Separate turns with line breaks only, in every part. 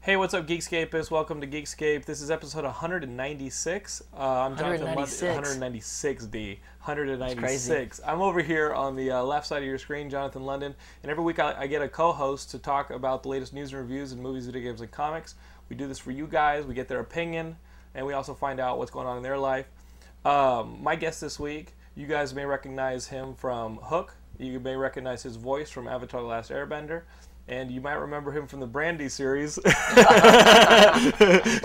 Hey, what's up, Geekscapists? Welcome to Geekscape. This is episode 196. Uh, I'm Jonathan
196.
London. 196D. 196. I'm over here on the uh, left side of your screen, Jonathan London. And every week I, I get a co host to talk about the latest news and reviews in movies, video games, and comics. We do this for you guys. We get their opinion, and we also find out what's going on in their life. Um, my guest this week, you guys may recognize him from Hook. You may recognize his voice from Avatar The Last Airbender. And you might remember him from the Brandy series.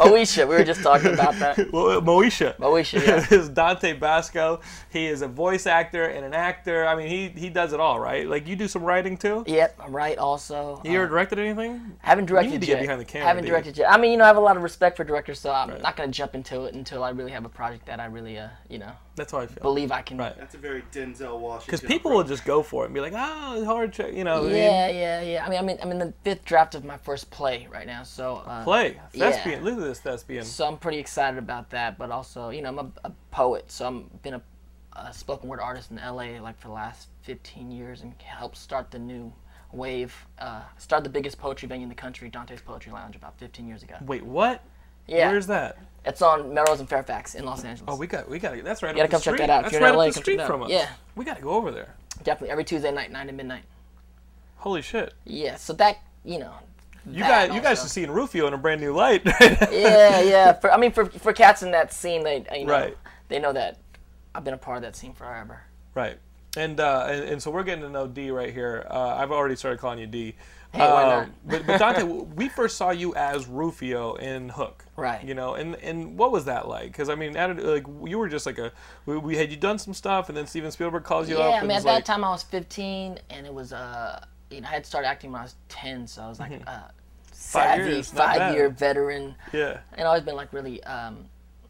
Moesha, Oh, we were just talking about that.
Well, uh, Moesha.
Moesha, yeah.
is Dante Basco. He is a voice actor and an actor. I mean, he, he does it all, right? Like, you do some writing too?
Yep, I'm right. Also,
You
Uh,
ever directed anything?
haven't directed
need to
yet.
get behind the camera,
Haven't
dude.
directed yet. I mean, you know, I have a lot of respect for directors, so I'm not gonna jump into it until I really have a project that I really, uh, you know,
That's how I feel.
believe I can.
Right.
That's a very Denzel Washington.
Because people will just go for it and be like, ah, it's hard check, you know. what I mean?
Yeah, yeah, yeah. I mean, I'm in, I'm in the fifth draft of my first play right now, so uh,
Play.
Yeah.
Thespian. Look at this thespian.
So I'm pretty excited about that, but also, you know, I'm a, a poet, so I'm been a, a spoken word artist in LA like for the last 15 years and helped start the new wave, uh, start the biggest poetry venue in the country, Dante's Poetry Lounge, about 15 years ago.
Wait, what?
Yeah,
Where's that?
it's on Melrose and Fairfax in Los Angeles.
Oh, we got, we got to, that's right
gotta
up the
come check
street.
that out. If
That's
you're in
right
LA,
up the
come check
street
it out.
from us.
Yeah.
We got to go over there.
definitely every Tuesday night, 9 to midnight.
Holy shit.
Yeah, so that, you know.
You
that
guys, you guys
also.
are seeing Rufio in a brand new light.
yeah, yeah. For, I mean, for for cats in that scene, they you know,
Right.
they know that I've been a part of that scene forever.
Right. And, uh, and and so we're getting to know D right here. Uh, I've already started calling you D.
why not?
Um, but, but Dante, w- we first saw you as Rufio in Hook.
Right.
You know, and and what was that like? Because I mean, at, a- like you were just like a we, we had you done some stuff, and then Steven Spielberg calls you
Yeah,
up.
I
and
mean, at
is
that
like,
time I was 15, and it was uh, you know, I had started acting when I was 10, so I was like uh, savvy
Mm-hmm. years, not bad.
five-year veteran,
Yeah.
and I've always been like really um,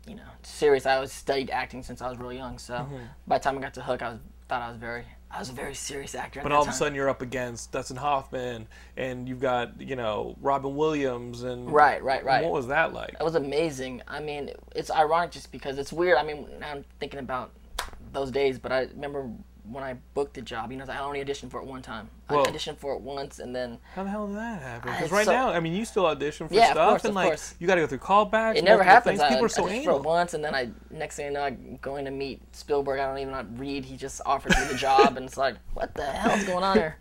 you know, serious. I always studied acting since I was real young, so
Mm-hmm.
by the time I got to Hook, I was thought I was very, I was a very serious actor.
But all of a sudden, you're up against Dustin Hoffman, and you've got you know Robin Williams, and
Right, right, right.
What was that like?
It was amazing. I mean, it's ironic just because it's weird. I mean, now I'm thinking about those days, but I remember when I booked the job, you know, I only auditioned for it one time.
Whoa.
I auditioned for it once, and then
How the hell did that happen? Because
it's
right
so-
now, I mean, you still audition for
Yeah, of
stuff,
course,
and
of
like
course.
you got to go through callbacks.
it never
multiple things.
happens. I,
People are
I
so
just
anal.
for once, and then I next thing I know, I'm going to meet Spielberg. I don't even know how to read. He just offered me the job, and it's like, what the hell's going on here?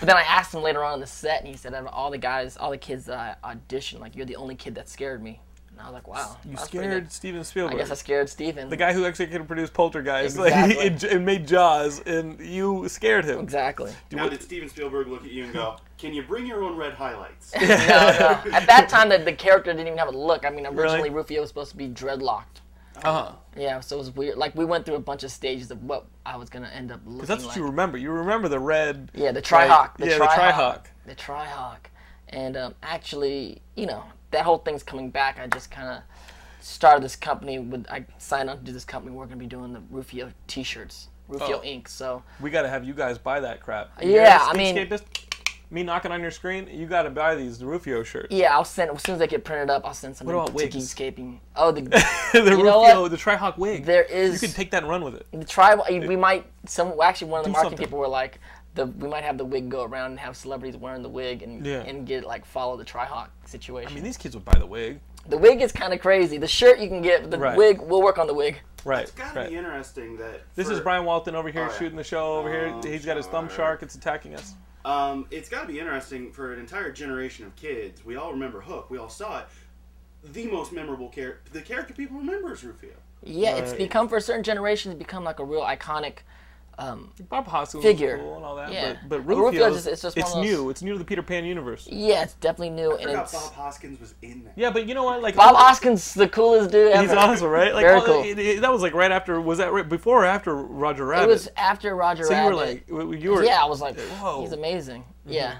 But then I asked him later on in the set, and he said, out of all the guys, all the kids that I auditioned, like you're the only kid that scared me. And I was like, wow,
You
that's pretty
scared
good.
Steven
I
Spielberg.
guess I scared Steven.
the guy who actually could produce Poltergeist, like,
Exactly.
and, and made Jaws, and you scared him.
Exactly.
Now did Steven Spielberg look at you and go, "Can you bring your own red highlights?"
no, no. At that time, the, the character didn't even have a look. I mean, originally
Really?
Rufio was supposed to be dreadlocked.
Uh-huh.
Yeah, so it was weird. Like we went through a bunch of stages of what I was gonna end up looking
That's what
like.
you remember. You remember the red.
yeah, the trihawk. The
yeah,
trihawk,
the trihawk.
The trihawk, and um, actually, you know, that whole thing's coming back. I just kind of started this company. With I signed on to do this company. We're gonna be doing the Rufio T-shirts, Rufio
Oh.
Inc. So
We got to have you guys buy that crap.
Yeah,
You're
I mean-
Escapist, me knocking on your screen. You got to buy these Rufio shirts.
yeah, I'll send as soon as they get printed up. I'll send some
about
to
wigs?
Geekscaping. Oh, the
the
you know
Rufio,
what?
the trihawk wig.
there
You
is
can take that and run with it.
The tribal, we might some well, actually one of the
Do
marketing
something.
people were like, the we might have the wig go around and have celebrities wearing the wig and
Yeah.
and get like follow the trihawk situation.
I mean, these kids would buy the wig.
The wig is kind of crazy. The shirt you can get, but the
Right.
wig, we'll work on the wig.
Right.
It's gotta
right.
be interesting that
This
for-
is Brian Walton over here
Oh, yeah. Oh,
shooting the show over here. He's got his thumb shark. It's attacking us.
Um, it's got to be interesting for an entire generation of kids. We all remember Hook. We all saw it. The most memorable character, the character people remember is Rufio.
Yeah, it's become for a certain generation, it's become like a real iconic. Um,
Bob Hoskins
Figure.
was cool and all that,
Yeah.
but but
But
Rufio,
Rufio just- it's just one
it's
of those-
new. It's new to the Peter Pan universe.
yeah, it's definitely new, and
I forgot
it's
Bob Hoskins was in that.
Yeah, but you know what? Like
Bob Hoskins, the coolest dude ever.
he's awesome, right? Like
Very
all the-
cool.
it- it- that was like right after. Was that right before or after Roger Rabbit?
It was after Roger
so you
Rabbit.
were like w- w- you were
yeah, I was like,
Whoa. Mm-hmm.
he's amazing. Yeah,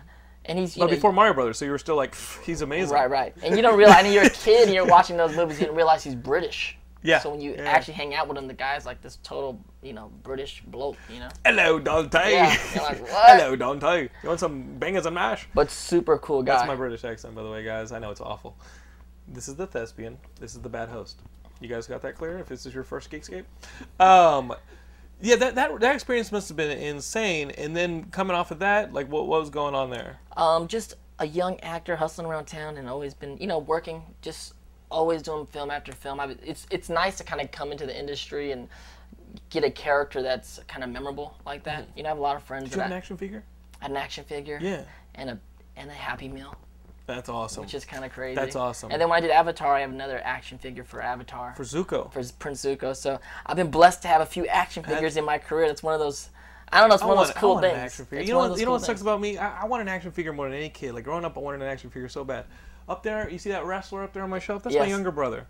and he's you
but
know,
before Mario Brothers, so you were still like "Pff, he's amazing.
Right, right. And you don't realize, and you're a kid and you're watching those movies, you don't realize he's British.
Yeah,
So when you
yeah.
actually hang out with him, the guy's like this total, you know, British bloke, you know?
Hello, Dante.
Yeah. You're like, what?
Hello, Dante. You want some bangers and mash?
But super cool guy.
That's my British accent, by the way, guys. I know it's awful. This is the thespian. This is the bad host. You guys got that clear? If this is your first Geekscape, um, yeah, that, that that experience must have been insane. And then coming off of that, like what, what was going on there?
um, just a young actor hustling around town and always been, you know, working, just always doing film after film. I, it's it's nice to kind of come into the industry and get a character that's kind of memorable like that. You know, I have a lot of friends
Do Mm-hmm. you
that
have an
I-
action figure?
had an action figure.
Yeah.
And a and a Happy Meal.
That's awesome.
which is kind of crazy.
That's awesome.
And then when I did Avatar, I have another action figure for Avatar
for Zuko.
for Prince Zuko. So I've been blessed to have a few action figures in my career. That's one of those. I don't know. It's
I
one
want,
of those
I
cool
want
things.
an action figure.
It's
You know,
one of
what,
those
you know
cool
what sucks
things.
about me? I, I want an action figure more than any kid. Like growing up, I wanted an action figure so bad. Up there, you see that wrestler up there on my shelf? That's my
Yes.
younger brother.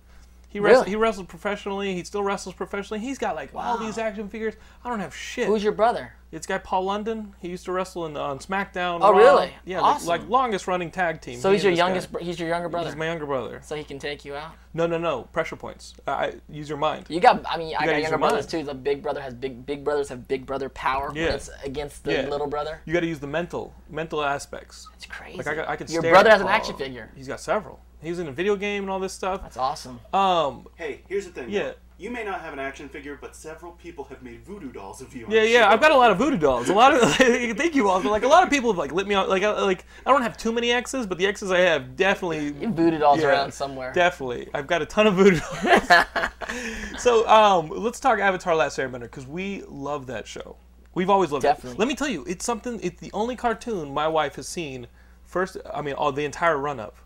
He wrestled,
Really?
he wrestled professionally. He still wrestles professionally. He's got like all these action figures. I don't have shit.
Who's your brother?
It's guy Paul London. He used to wrestle in, on SmackDown.
Oh,
Raw.
really?
Yeah,
Awesome.
like, like longest running tag team.
So
He
he's your
and this
youngest.
guy.
Bro- he's your younger brother.
He's my younger brother.
so he can take you out.
No, no, no. Pressure points. I, I use your mind.
You got. I mean, I
gotta
got
use your
younger brothers
mind.
too. The big brother has big. Big brothers have big brother power. when
Yeah.
It's against the
Yeah.
little brother.
You got to use the mental mental aspects.
It's crazy.
Like I, got- I could.
your
stare
brother
at
has an
Paul.
action figure.
He's got several. He's in a video game and all this stuff.
That's awesome.
Um,
Hey, here's the thing.
Yeah.
You may not have an action figure, but several people have made voodoo dolls of you.
yeah, yeah. I've got a lot of voodoo dolls. A lot of thank you all. But like a lot of people have like lit me on. Like I, like I don't have too many exes, but the exes I have definitely
You booted all
Yeah,
around somewhere.
Definitely, I've got a ton of voodoo. so um, let's talk Avatar: Last Airbender because we love that show. We've always loved it.
Definitely.
Let me tell you, it's something. It's the only cartoon my wife has seen. First, I mean, all the entire run up,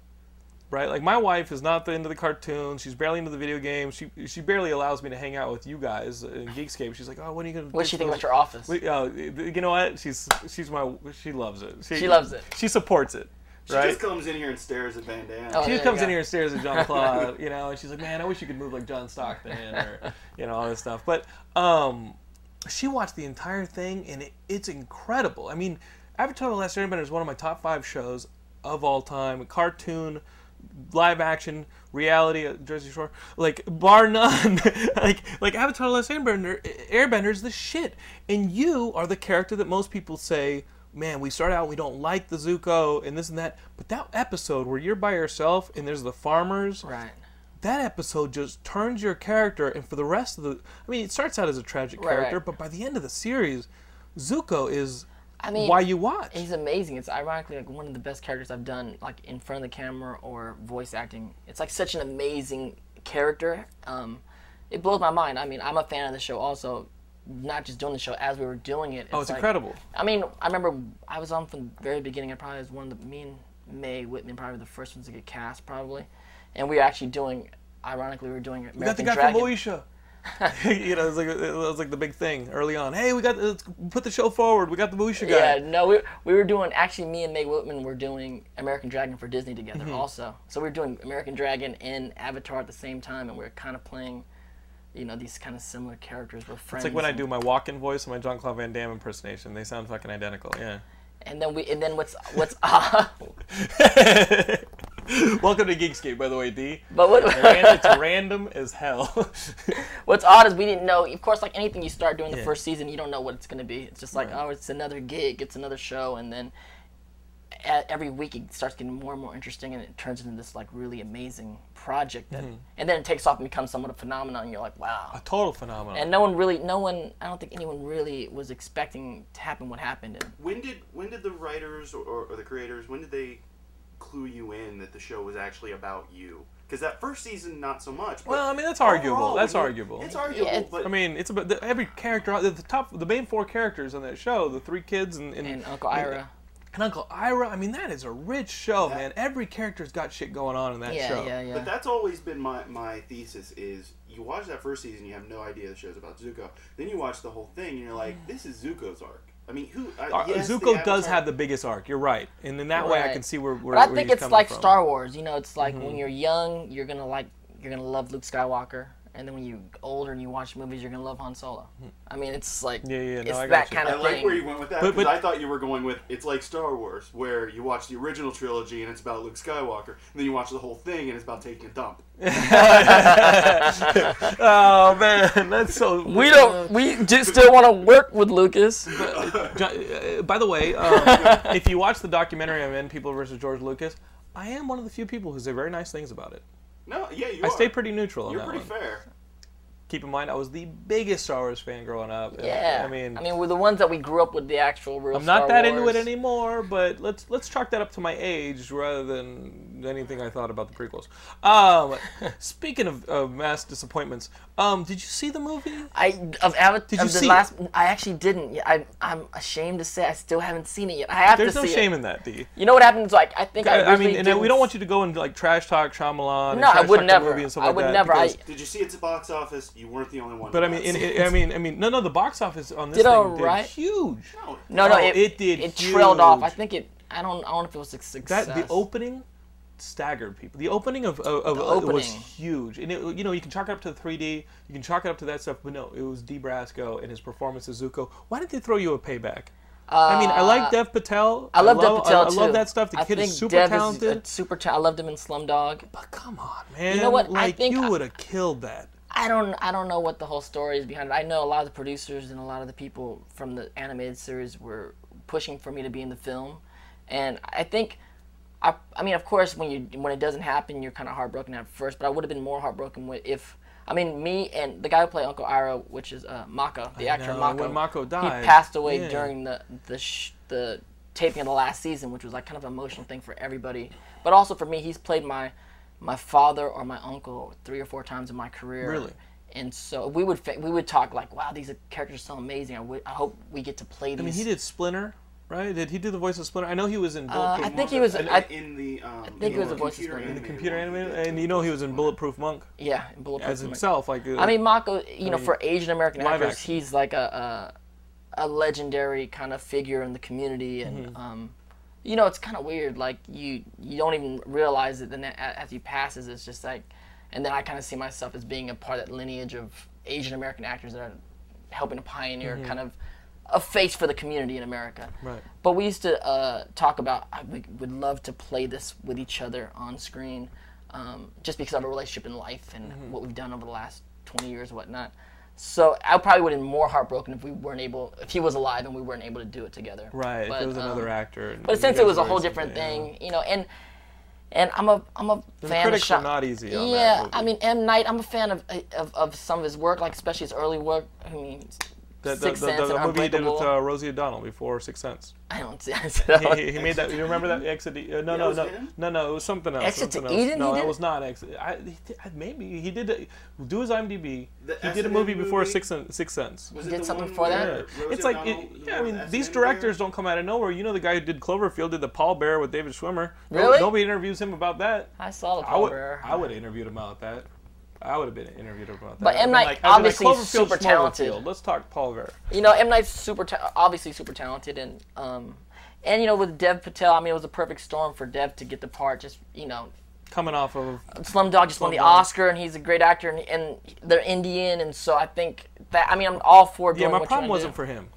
right? Like my wife is not into the cartoons. She's barely into the video games. She she barely allows me to hang out with you guys in Geekscape. She's like, oh, when are you gonna?
What's she think about your office?
We- uh, you know what? She's she's my she loves it.
She loves it.
She supports it.
She
Right?
just comes in here and stares at Van
Oh,
Damme.
She
there
just
you
comes
go.
in here and stares at John Claude, you know, and she's like, "Man, I wish you could move like John Stockton or you know all this stuff." But um, she watched the entire thing, and it, it's incredible. I mean, Avatar: The Last Airbender is one of my top five shows of all time. Cartoon, live action, reality, uh, Jersey Shore, like bar none. like like Avatar: The Last Airbender, Airbender is the shit, and you are the character that most people say man, we start out, we don't like the Zuko and this and that. But that episode where you're by yourself and there's the farmers,
Right.
that episode just turns your character. And for the rest of the, I mean, it starts out as a tragic
Right,
character,
right.
but by the end of the series, Zuko is
I mean,
why you watch.
He's amazing. It's ironically like one of the best characters I've done, like in front of the camera or voice acting. It's like such an amazing character. Um, it blows my mind. I mean, I'm a fan of the show also, not just doing the show as we were doing it.
Oh, it's incredible.
I mean, I remember I was on from the very beginning. I probably was one of the me and May Whitman probably the first ones to get cast probably, and we were actually doing. Ironically, we were doing American
We got the guy
Dragon.
from Moesha. you know, it was, like, it was like the big thing early on. Hey, we got let's put the show forward. We got the Moesha guy.
Yeah, no, we, we were doing actually me and Meg Whitman were doing American Dragon for Disney together
Mm-hmm.
also. So we were doing American Dragon and Avatar at the same time, and we were kind of playing, you know, these kind of similar characters. We're friends.
It's like when I
and-
do my walk-in voice and my John Claude Van Damme impersonation. They sound fucking identical. Yeah.
And then we and then what's what's uh,
Welcome to Geekscape, by the way, D.
but what
And it's random as hell.
what's odd is we didn't know. Of course, like anything you start doing the
Yeah.
first season, you don't know what it's gonna be. It's just like oh, it's another gig, it's another show, and then. a- Every week it starts getting more and more interesting, and it turns into this like really amazing project. That, And then it takes off and becomes somewhat a phenomenon. And you're like, wow,
Total phenomenon.
and no one really no one i don't think anyone really was expecting to happen what happened and
When did when did the writers or, or the creators when did they clue you in that the show was actually about you? Because that first season, not so much. but
Well, I mean, that's arguable.
overall,
That's
when you-
arguable.
It's arguable,
Yeah, it's-
but
I mean, it's about the, every character. The, the top, the main four characters on that show, the three kids and and,
and Uncle Ira.
and Uncle Ira. I mean, that is a rich show, man. Every character's got shit going on in that
Yeah,
show. Uh,
yeah, yeah.
But that's always been my, my thesis is you watch that first season, you have no idea the show's about Zuko. Then you watch the whole thing, and you're like, this is Zuko's arc. I mean, who? I,
Uh,
yes, the
Zuko does
Avatar-
have the biggest arc. You're right, and in that way, I
Right.
can see where. where
But I
where
think
he's
it's
coming
like
from. Mm-hmm.
Star Wars. You know, it's like when you're young, you're gonna like, you're gonna love Luke Skywalker, and then when you're older and you watch movies, you're gonna love Han Solo. I mean, it's like,
Hmm. Yeah, yeah, no,
it's
I got
that
you.
kind
I
of
like
thing.
where you went with that
But-
because
but-
I thought you were going with it's like Star Wars, where you watch the original trilogy and it's about Luke Skywalker, and then you watch the whole thing and it's about taking a dump.
Oh man, that's so.
we don't. We just still want to work with Lucas.
Jo- uh, By the way, um, if you watch the documentary on Men People versus George Lucas, I am one of the few people who say very nice things about it.
No, yeah, you.
I
are.
stay pretty neutral on
You're
that
pretty
one.
fair.
Keep in mind, I was the biggest Star Wars fan growing up. and,
Yeah.
I mean,
I mean, we're the ones that we grew up with the actual real.
I'm not
Star
that into it
Wars.
anymore, but let's let's chalk that up to my age rather than anything I thought about the prequels. Um, speaking of, of mass disappointments, um, did you see the movie?
I of Avatar.
Did
of
you
the
see
last, I actually didn't. Yeah, I, I'm ashamed to say I still haven't seen it yet. I have
There's
to
no
see
shame
it.
in that, D.
You know what happens? Like I think
I, I
I,
mean,
originally
and
didn't
we don't want you to go and like trash talk Shyamalan. and
No, I
trash
would
talk
never.
The movie and stuff
I
like
would
that
never. I-
because-
Did you see it's a box office? You weren't the only one.
But
who
I mean,
got
in,
it.
I mean, I mean, no, no. The box office on this
Did
thing
alright.
did huge.
No,
No, no,
Oh,
it,
it did
It trailed off. I
huge.
think it. I don't. I don't know if it was a success.
That the opening staggered people. The opening of, of, of uh, was
opening.
huge, and it, you know you can chalk it up to the 3D, you can chalk it up to that stuff, but no, it was D. Brasco and his performance as Zuko. Why didn't they throw you a payback? I mean, I like Dev Patel.
Uh, I love
love-
Dev Patel
I,
too.
I love that stuff. The
I
kid
think
is super
Dev
talented.
Is a super ta- I loved him in Slumdog.
but come on, man!
know what? I
Like
think
you
I-
would have killed that.
I don't. I don't know what the whole story is behind it. I know a lot of the producers and a lot of the people from the animated series were pushing for me to be in the film, and I think. I, I mean, of course, when you when it doesn't happen, you're kind of heartbroken at first. But I would have been more heartbroken wi- if, I mean, me and the guy who played Uncle Ira, which is uh, Mako, the actor
know,
Mako.
when Mako died,
he passed away
yeah.
during the the sh- the taping of the last season, which was like kind of an emotional thing for everybody, but also for me. He's played my my father or my uncle three or four times in my career.
Really?
And so we would fa- we would talk like, wow, these characters are so amazing. I would- I hope we get to play these.
I mean, he did Splinter, right? Did he do the voice of Splinter? I know he was in Bulletproof
I
Monk,
think he was.
in,
I,
in the. Um, I
think it was a voice screen. In the
computer animated, and you know he was in Bulletproof Monk
yeah, in Bulletproof
as
Monk.
himself. Like uh,
I mean, Mako, you know, for Asian American
live
actors,
action.
he's like a, a a legendary kind of figure in the community, and
Mm-hmm.
um, you know, it's kind of weird. Like you you don't even realize it. Then a- as he passes, it's just like, and then I kind of see myself as being a part of that lineage of Asian American actors that are helping to pioneer kind of a face for the community in America.
Mm-hmm. Right.
But we used to uh, talk about I would, would love to play this with each other on screen, um, just because of our relationship in life and
Mm-hmm.
what we've done over the last 20 years, and whatnot. So I probably would have been more heartbroken if we weren't able, if he was alive and we weren't able to do it together.
right? if
But,
it was another
um,
actor. and
But
you
since
guys
it was a
were
whole
something,
different
yeah.
thing, you know, and and I'm a I'm a fan.
critics
of
were not easy on that
yeah,
movie.
I mean M Night. I'm a fan of, of of some of his work, like especially his early work. I mean,
The, the,
Sixth
the,
Sense
the, the
and
movie he did with
Unbreakable. Oh.
uh, Rosie O'Donnell before Sixth Sense.
I don't see. I said,
He, he- he made that. You remember that Exit? to- Uh, no, no,
was
no,
him?
no, no. It was something else.
Exit to
something else.
Eden
No,
he
it
did?
was not Exit. I, he did, I- maybe he did. uh, Do his IMDb.
The
he did a
SNL
movie before
movie?
Sixth Sen- Sixth Sense.
Was
He
it
did
the
something
one
for that?
where Rosie
it's like, it,
O'Donnell-
yeah, I
the
mean,
one
these
SNL
directors
player?
don't come out of nowhere. You know, the guy who did Cloverfield did the Paul Bear with David Schwimmer. No-
Really?
Nobody interviews him about that.
I saw the
I would,
cover.
I would have interviewed him about that. I would have been interviewed about that.
But M.
I'd been
Night
I'd been
obviously is
Cloverfield,
super
Smallville
talented.
Field. Let's talk Paul Ver.
you know, M Night's super ta- obviously super talented, and um, and you know with Dev Patel, I mean it was a perfect storm for Dev to get the part. Just you know,
Coming off of
Slumdog just won the
Slumdog.
Oscar, and he's a great actor, and, and they're Indian, and so I think that I mean I'm all for doing
yeah, my
what
problem
you wanna
wasn't for him.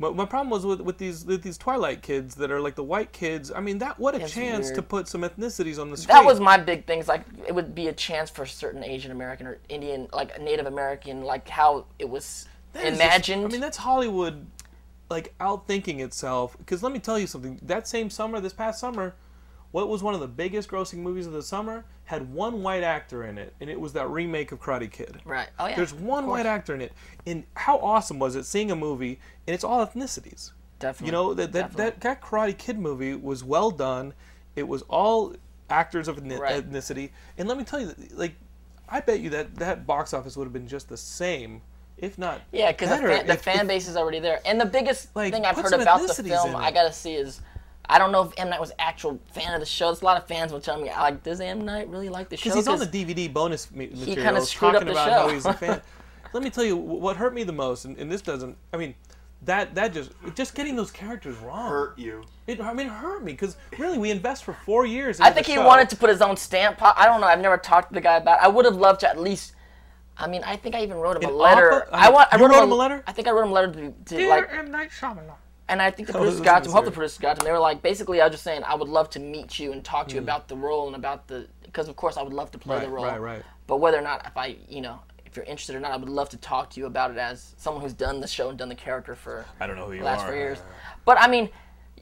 But my problem was with, with these with these Twilight kids that are like the white kids. I mean, that what a
That's
chance to
weird.
put some ethnicities on the screen.
That was my big thing. Is like it would be a chance for certain Asian American or Indian, like Native American, like how it was
That is just-
imagined.
I mean, that's Hollywood, like outthinking itself. Because let me tell you something. That same summer, this past summer, what was one of the biggest grossing movies of the summer had one white actor in it, and it was that remake of Karate Kid.
Right. Oh, yeah.
There's one
Of course.
white actor in it, and how awesome was it seeing a movie and it's all ethnicities.
Definitely.
You know that that,
Definitely.
that that Karate Kid movie was well done. It was all actors of ethni-
Right.
ethnicity. And let me tell you, like, I bet you that that box office would have been just the same, if not
Yeah, because the,
better
fan, the
if-
fan
if-
base is already there. And the biggest
Like,
thing I've
put
heard
some
about the
ethnicities in
film, I
it.
gotta see is, I don't know if M Night was actual fan of the show. There's a lot of fans will tell me like, does M Night really like the show?
because he's on the
'Cause-
DVD bonus ma- material.
kinda
It's
screwed up
talking
the
about how
show.
he's a fan. Let me tell you wh- what hurt me the most, and, and this doesn't. I mean, that that just just getting those characters wrong.
hurt you.
It, I mean, it hurt me because really we invest for four years.
I think he wanted to put his own stamp. po- I don't know. I've never talked to the guy about. It. I would have loved to at least. I mean, I think I even wrote him a
An
letter.
offer? I
I,
mean,
want. I
you
wrote,
wrote him a letter?
I think I wrote him a letter to, to like.
Night Shyamalan.
And I think the
Oh,
producers
this
got
is
to him. Hope the
absurd.
producers got to him. They were like, basically, I was just saying, I would love to meet you and talk to you about the role and about the, because of course I would love to play the
Mm. Right,
role.
right, right.
But whether or not, if I, you know, if you're interested or not, I would love to talk to you about it as someone who's done the show and done the character for
I don't know who you
the last
are.
four years. But I mean,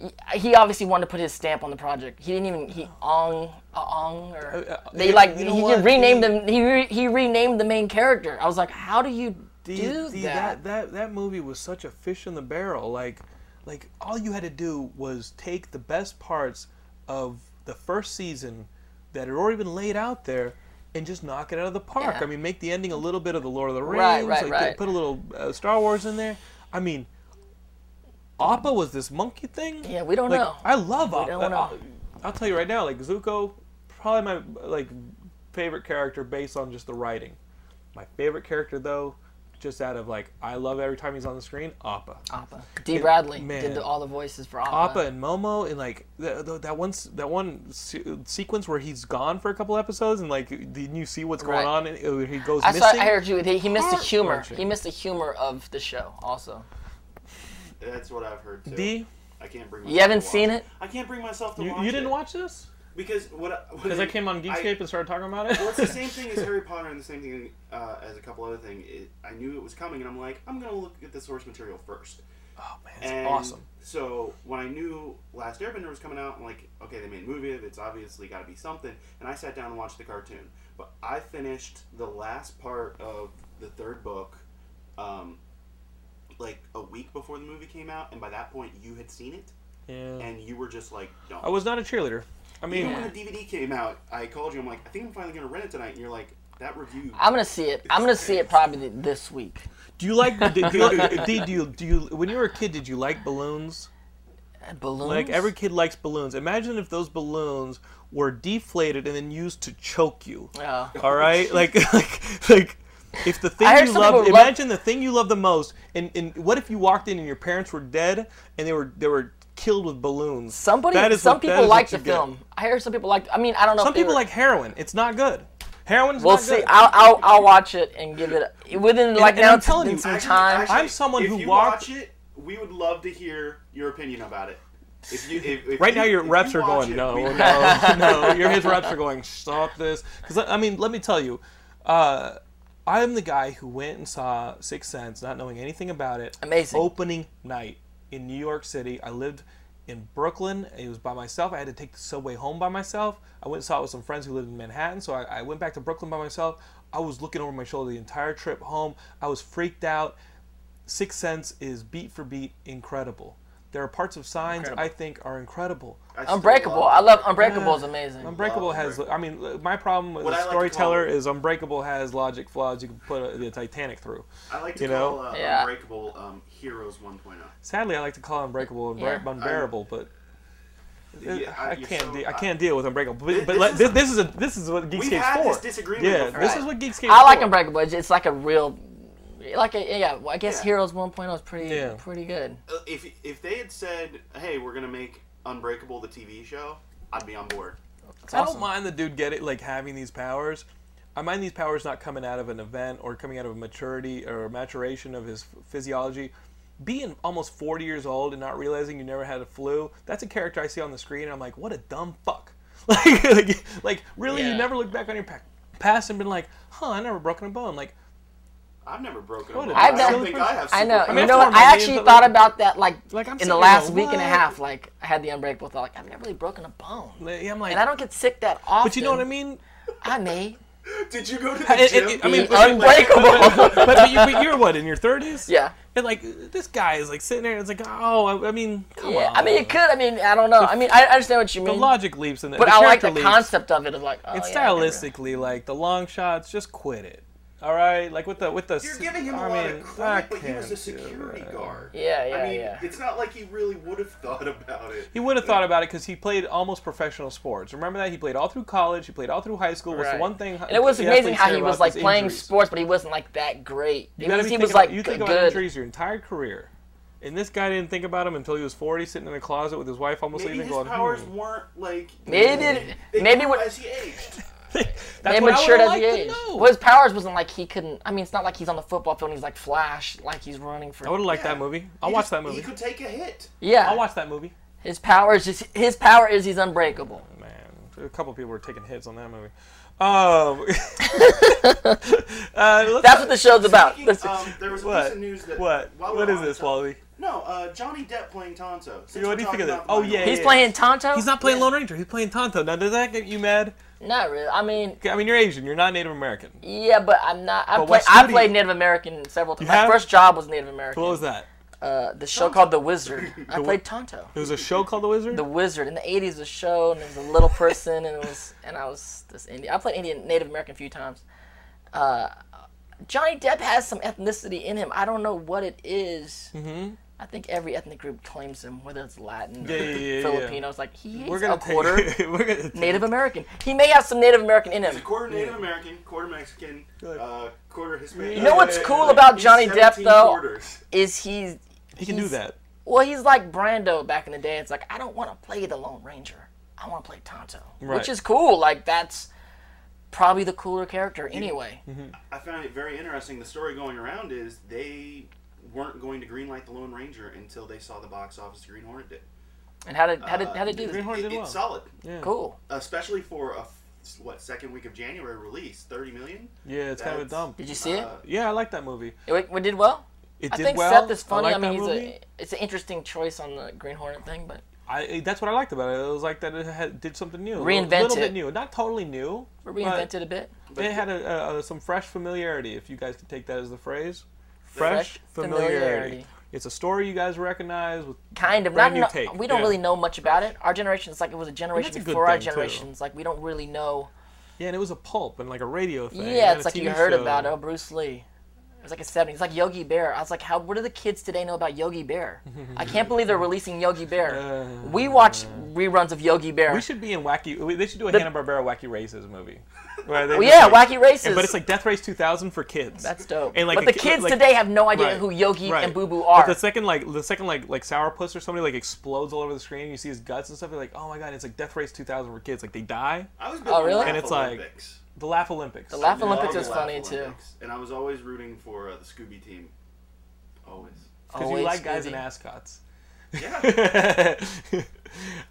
y- he obviously wanted to put his stamp on the project. He didn't even he Ong uh, Ong or
uh,
they
you-
like
you know
he
what?
renamed
The-
them. He re, he renamed the main character. I was like, how do you do
that. that that movie was such a fish in the barrel. Like, like all you had to do was take the best parts of the first season that had already been laid out there. And just knock it out of the park.
Yeah.
I mean, make the ending a little bit of the Lord of the Rings.
Right, right,
like,
right.
Put a little uh, Star Wars in there. I mean, Appa was this monkey thing.
Yeah, we don't
Like,
know.
I love Appa.
don't know.
I'll, I'll tell you right now, like Zuko, probably my like favorite character based on just the writing. My favorite character though, just out of like I love every time he's on the screen, Appa.
Appa. D. Bradley
man.
did the, all the voices for Appa.
Appa and Momo and like the, the, that one s- that one se- sequence where he's gone for a couple episodes and like didn't you see what's
Right.
going on and uh, he goes
I
missing.
saw. I heard you. He, he missed the humor.
Heart-wrenching.
He missed the humor of the show. Also,
That's what I've heard too.
D,
I can't bring.
You haven't
myself to
seen
watch
it?
I can't bring myself to
you,
watch.
you didn't
it.
watch this
because what? I- what
because
I-
I came on Geekscape and started talking about it.
well, it's the same thing as Harry Potter and the same thing uh, as a couple other things. I knew it was coming, and I'm like, I'm gonna look at the source material first.
oh man, it's
And
awesome.
So when I knew Last Airbender was coming out, I'm like, okay, they made a movie of it. It's obviously got to be something. And I sat down and watched the cartoon. But I finished the last part of the third book, um, like a week before the movie came out, and by that point you had seen it,
Yeah.
and you were just like, no.
I was not a cheerleader. I mean,
Even when the DVD came out, I called you. I'm like, I think I'm finally gonna rent it tonight, and you're like, that review.
I'm gonna see it. I'm gonna see it probably this week.
Do you like? Do you, do, you, do you? When you were a kid, did you like balloons?
Balloons.
Like every kid likes balloons. Imagine if those balloons were deflated and then used to choke you.
Oh.
All right, like like like. If the thing
I heard
you
some
love,
people love-
imagine the thing you love the most, and, and what if you walked in and your parents were dead and they were they were killed with balloons?
Somebody,
That is
some
what- that
people
is
like
what
the
you get.
film. I hear some people like. I mean, I don't know.
Some
if they
people
were-
like heroin. It's not good. Heroin is
We'll
not
see.
good.
I'll, I'll I'll watch it and give it within like
and
now.
I'm
it's
telling
been
you,
some
actually-
time.
Actually,
I'm someone
if
who
you
walked-
watch it. We would love to hear your opinion about it. If you, if, if
Right
you-
now, your
if you
reps are
watch
going,
it,
no,
we-
no, no. Your his reps are going, stop this. Because, I mean, let me tell you, uh, I'm the guy who went and saw Sixth Sense, not knowing anything about it.
Amazing.
Opening night in New York City. I lived in Brooklyn. It was by myself. I had to take the subway home by myself. I went and saw it with some friends who lived in Manhattan, so I, I went back to Brooklyn by myself. I was looking over my shoulder the entire trip home. I was freaked out. Sixth Sense is beat for beat incredible. There are parts of Signs I think are incredible.
I still
Unbreakable.
love
I
it.
love Unbreakable. Is amazing.
Unbreakable has, I mean, my problem
What I
as
like
a
to
storyteller
call-
is Unbreakable has logic flaws you can put uh, the Titanic through.
I like to
you know?
call uh,
Yeah.
Unbreakable um, Heroes oh. 1.0.
Sadly, I like to call Unbreakable unbear-
Yeah.
unbearable, but uh,
Yeah,
I,
you're
can't
so-
de- I can't deal with Unbreakable. But,
Thi-
but
this
let,
is-
this, this is a this is what Geekscape's
had
for.
this disagreement
Yeah,
before.
this
Right.
is what Geekscape's
I like
for.
Unbreakable. It's, it's like a real, like a yeah. well, I guess
Yeah.
Heroes 1.0 is pretty
Yeah.
pretty good.
Uh, If if they had said, "Hey, we're gonna make Unbreakable the TV show," I'd be on board.
I don't mind the dude getting like having these powers. I mind these powers not coming out of an event or coming out of a maturity or maturation of his physiology. Being almost 40 years old and not realizing you never had a flu, that's a character I see on the screen and I'm like, what a dumb fuck. Like, like, like, really, you
Yeah.
never look back on your pa- past and been like, huh, I never broken a bone. Like,
I've never broken.
What
a
a-
bone. I
I've done-
don't think I have.
I know.
superpowers.
mean,
you
I've
know
thought
what?
about
I
it,
actually
but,
thought
like-
about that like,
Like, I'm
in
sitting
the
here
last
going,
week and a
"What?"
half. Like I had the Unbreakable thought like I've never really broken a bone,
yeah, I'm like,
and I don't get sick that often.
but you know what I mean?
I may.
Did you go to the
It-
gym?
it- it- I mean,
Be unbreakable.
But, but, you, but you're what, in your 30s?
yeah.
And like this guy is like sitting there, and it's like, oh, I, I mean, come
yeah,
on.
I mean, it could. I mean, I don't know. I mean, I I understand what you
the
mean.
logic leaps and the,
but
the
I like
character
the
leaps.
concept of it of like. Oh,
It's
yeah, I never-
stylistically like the long shots. Just quit it. All right, like with the with the.
You're
s-
giving him a
I
lot
mean,
of
I
credit, but he was a
can't do
security
that.
guard.
Yeah, yeah,
I mean,
yeah.
it's not like he really would have thought about it.
He would have thought about it because he played almost professional sports. Remember that he played all through college. He played all through high school. What's the
Right.
one thing?
And it was
the
amazing
athletes
how
care
he
about
was like
is
playing
injuries.
sports, but he wasn't like that great. It
You gotta
was,
be
he
thinking
was
about-
like
you think
good.
about injuries your entire career. In this guy didn't think about him until he was forty, sitting in a closet with his wife almost
Maybe
leaving.
his
going,
powers
hmm.
weren't like
Maybe it-
they
maybe
grew
what-
as he aged.
That's
they
what I would
matured as he
like to
aged.
know.
Well, his powers wasn't like he couldn't. I mean, it's not like he's on the football field and he's like Flash, like he's running for.
I would have liked
Yeah.
that movie. I'll
He
watch
just-
that
He
movie.
could take a hit.
yeah,
I'll watch that movie.
his power is just his power is he's unbreakable.
Man, a couple people were taking hits on that movie. Um, uh, let's-
That's what the show's about. That's-
Um, there was a piece
what?
of news that
What?
while
What
we're
is
on
this,
the top-
Wally?
No, uh, Johnny Depp playing Tonto. Since
Yo, what do you think of
we're talking
this?
about
Oh,
the
yeah,
Minority-
he's
yeah.
playing Tonto.
He's not playing Lone Ranger. He's playing Tonto. Now, does that get you mad?
Not really. I mean,
I mean, you're Asian. You're not Native American.
yeah, but I'm not. I
But
play.
what
I
studio-
played Native American several times. My
have?
first job was Native American.
What was that?
Uh, the show called The Wizard. I played Tonto.
There was a show called The Wizard.
The Wizard in the '80s was a show, and it was a little person, and it was, and I was this Indian. I played Indian Native American a few times. Uh, Johnny Depp has some ethnicity in him. I don't know what it Mm-hmm. I think every ethnic group claims him, whether it's Latin,
Yeah, yeah, yeah, yeah.
Filipino. It's like he
we're
is
gonna
a quarter
take. we're gonna take-
Native American. He may have some Native American in him.
Quarter Native American, quarter Mexican, uh, quarter Hispanic.
You know what's cool about
He's
Johnny Depp
17
though
quarters.
is he's
He can do that.
Well, he's like Brando back in the day. It's like I don't want to play the Lone Ranger. I want to play Tonto,
Right.
which is cool. Like that's probably the cooler character anyway.
Mm-hmm.
I found it very interesting. The story going around is they weren't going to greenlight the Lone Ranger until they saw the box office Green Hornet did.
And how did how did how did it do?
Uh, Green Hornet
It-
did well.
It's solid,
Cool.
especially for a f- what second week of January release, thirty million.
Yeah, it's kind of a
That's-
dump.
Did you see it?
Yeah, I like that movie.
It, it, did well.
Uh, It
I
did
think
well.
Seth is funny.
I,
I,
like
mean,
that
he's
movie.
a, it's an interesting choice on the Green Hornet thing, but
I, that's what I liked about it. It was like that it had, did something new, a
Reinvent
little
it.
bit new, not totally new.
we're
but-
reinvented a bit.
They had a, a, a- some fresh familiarity, if you guys could take that as the phrase. Fresh,
Fresh
familiarity.
familiarity.
It's a story you guys recognize. With,
Kind of.
Brand
not
new
eno-
take,
We don't
yeah.
really know much about it. Our generation, it's like it was a generation
that's a good
before our
thing, too.
generations. Like we don't really know.
yeah, and it was a pulp and like a radio thing.
Yeah,
and
it's
a
like you
TV
heard
show.
about oh Bruce Lee. It was like a 70s. It's like Yogi Bear. I was like, how? What do the kids today know about Yogi Bear? I can't believe they're releasing Yogi Bear. we watch reruns of Yogi Bear.
Uh, We should be in wacky. we- They should do a
The-
Hanna Barbera wacky races movie. Where they
Well,
just,
yeah,
like-
Wacky Races.
But it's like Death Race 2000 for kids.
that's dope.
And like
but
a
the
kid-
kids
like-
today have no idea
Right,
who Yogi
right.
and Boo Boo
But
are.
the second like the second like like sourpuss or somebody like explodes all over the screen. You see his guts and stuff. You're like, oh my god! It's like Death Race 2000 for kids. Like they die.
I was big on
Oh, really?
Laugh
And
it's like-
Olympics.
The Laugh Olympics. The
Laugh
Love
Olympics was
Laugh
funny too.
Olympics. and I was always rooting for uh, the Scooby team. Always.
Because you
Always
like guys in
Scooby.
ascots.
Yeah.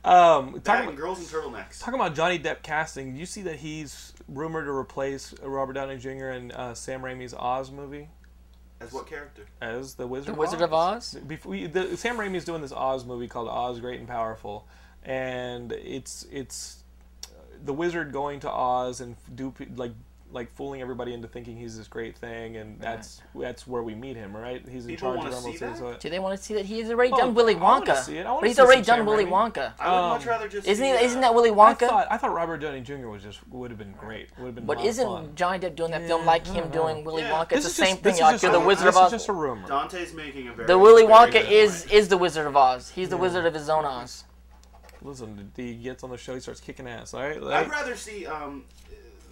um,
Talking
talking,
girls in turtlenecks.
talking about Johnny Depp casting, you see that he's rumored to replace Robert Downey Jr. in uh, Sam Raimi's Oz movie
As what character?
as the Wizard.
The Wizard of Oz.
Before you- the, Sam Raimi's doing this Oz movie called Oz Great and Powerful, and it's it's uh, the wizard going to Oz and do like like fooling everybody into thinking he's this great thing, and that's that's where we meet him, right? He's in
People
charge
wanna
of Emerald
see
City,
that?
so-
Do they want to see that he's already
Oh,
done Willy
I wanna
Wonka?
see it. I wanna
But he's
see
already
some
done
Sam
Willy
Raimi.
Wonka.
I would
um,
much rather just.
Isn't
see,
he,
uh,
isn't that Willy
I
Wonka?
thought I thought Robert Downey Jr. was just would have been great. Would have been. a
but
lot of
isn't
fun.
Johnny Depp doing that film like him doing Willy
Yeah.
Wonka?
This
It's the
is just-
same
this
thing.
is
Like
just
you're the
a-
Wizard of
This
Oz.
is just a rumor.
uh, Dante's making a very.
The Willy
very
Wonka
good
is
point.
is the Wizard of Oz. He's the Wizard of his own Oz.
Listen, he gets on the show, he starts kicking ass. All right,
I'd
Like-
rather see um,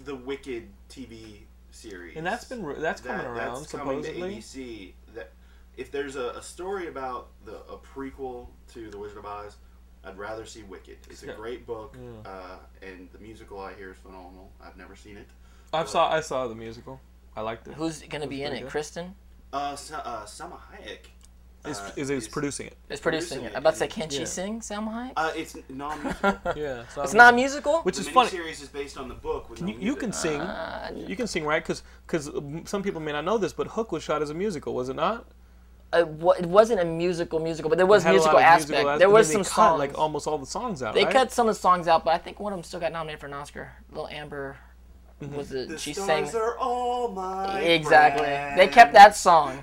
the Wicked TV series.
and that's been re- that's coming
that,
around
that's
supposedly.
coming to ABC. That if there's a, a story about the a prequel to The Wizard of Oz, I'd rather see Wicked. It's a great book, uh, and the musical I hear is phenomenal. I've never seen it.
I saw I saw the musical. I liked it.
Who's gonna be in
pretty
it?
good.
Kristen
Uh, Sa- uh, Sama Hayek.
Is
uh,
is, is producing it?
is producing it.
Producing
I'm about to
it,
say, can
yeah.
she sing? Sam Hyde?
Uh, it's non-musical.
Yeah,
It's not musical.
Which
the
is funny.
miniseries is based on the book. With no
You, you
music. Uh,
can sing. you can sing, right? Because some people may not know this, but Hook was shot as a musical, was it not?
Uh, wa- it wasn't a musical musical, but there was
Had a lot
musical
of
aspect.
as-
there
but
was
then
some
they
songs.
cut, like almost all the songs out.
they
right?
cut some of the songs out, but I think one of them still got nominated for an Oscar. Little Amber was it?
Mm-hmm.
The
she sang
stars are all my
exactly. They
friends.
kept that song.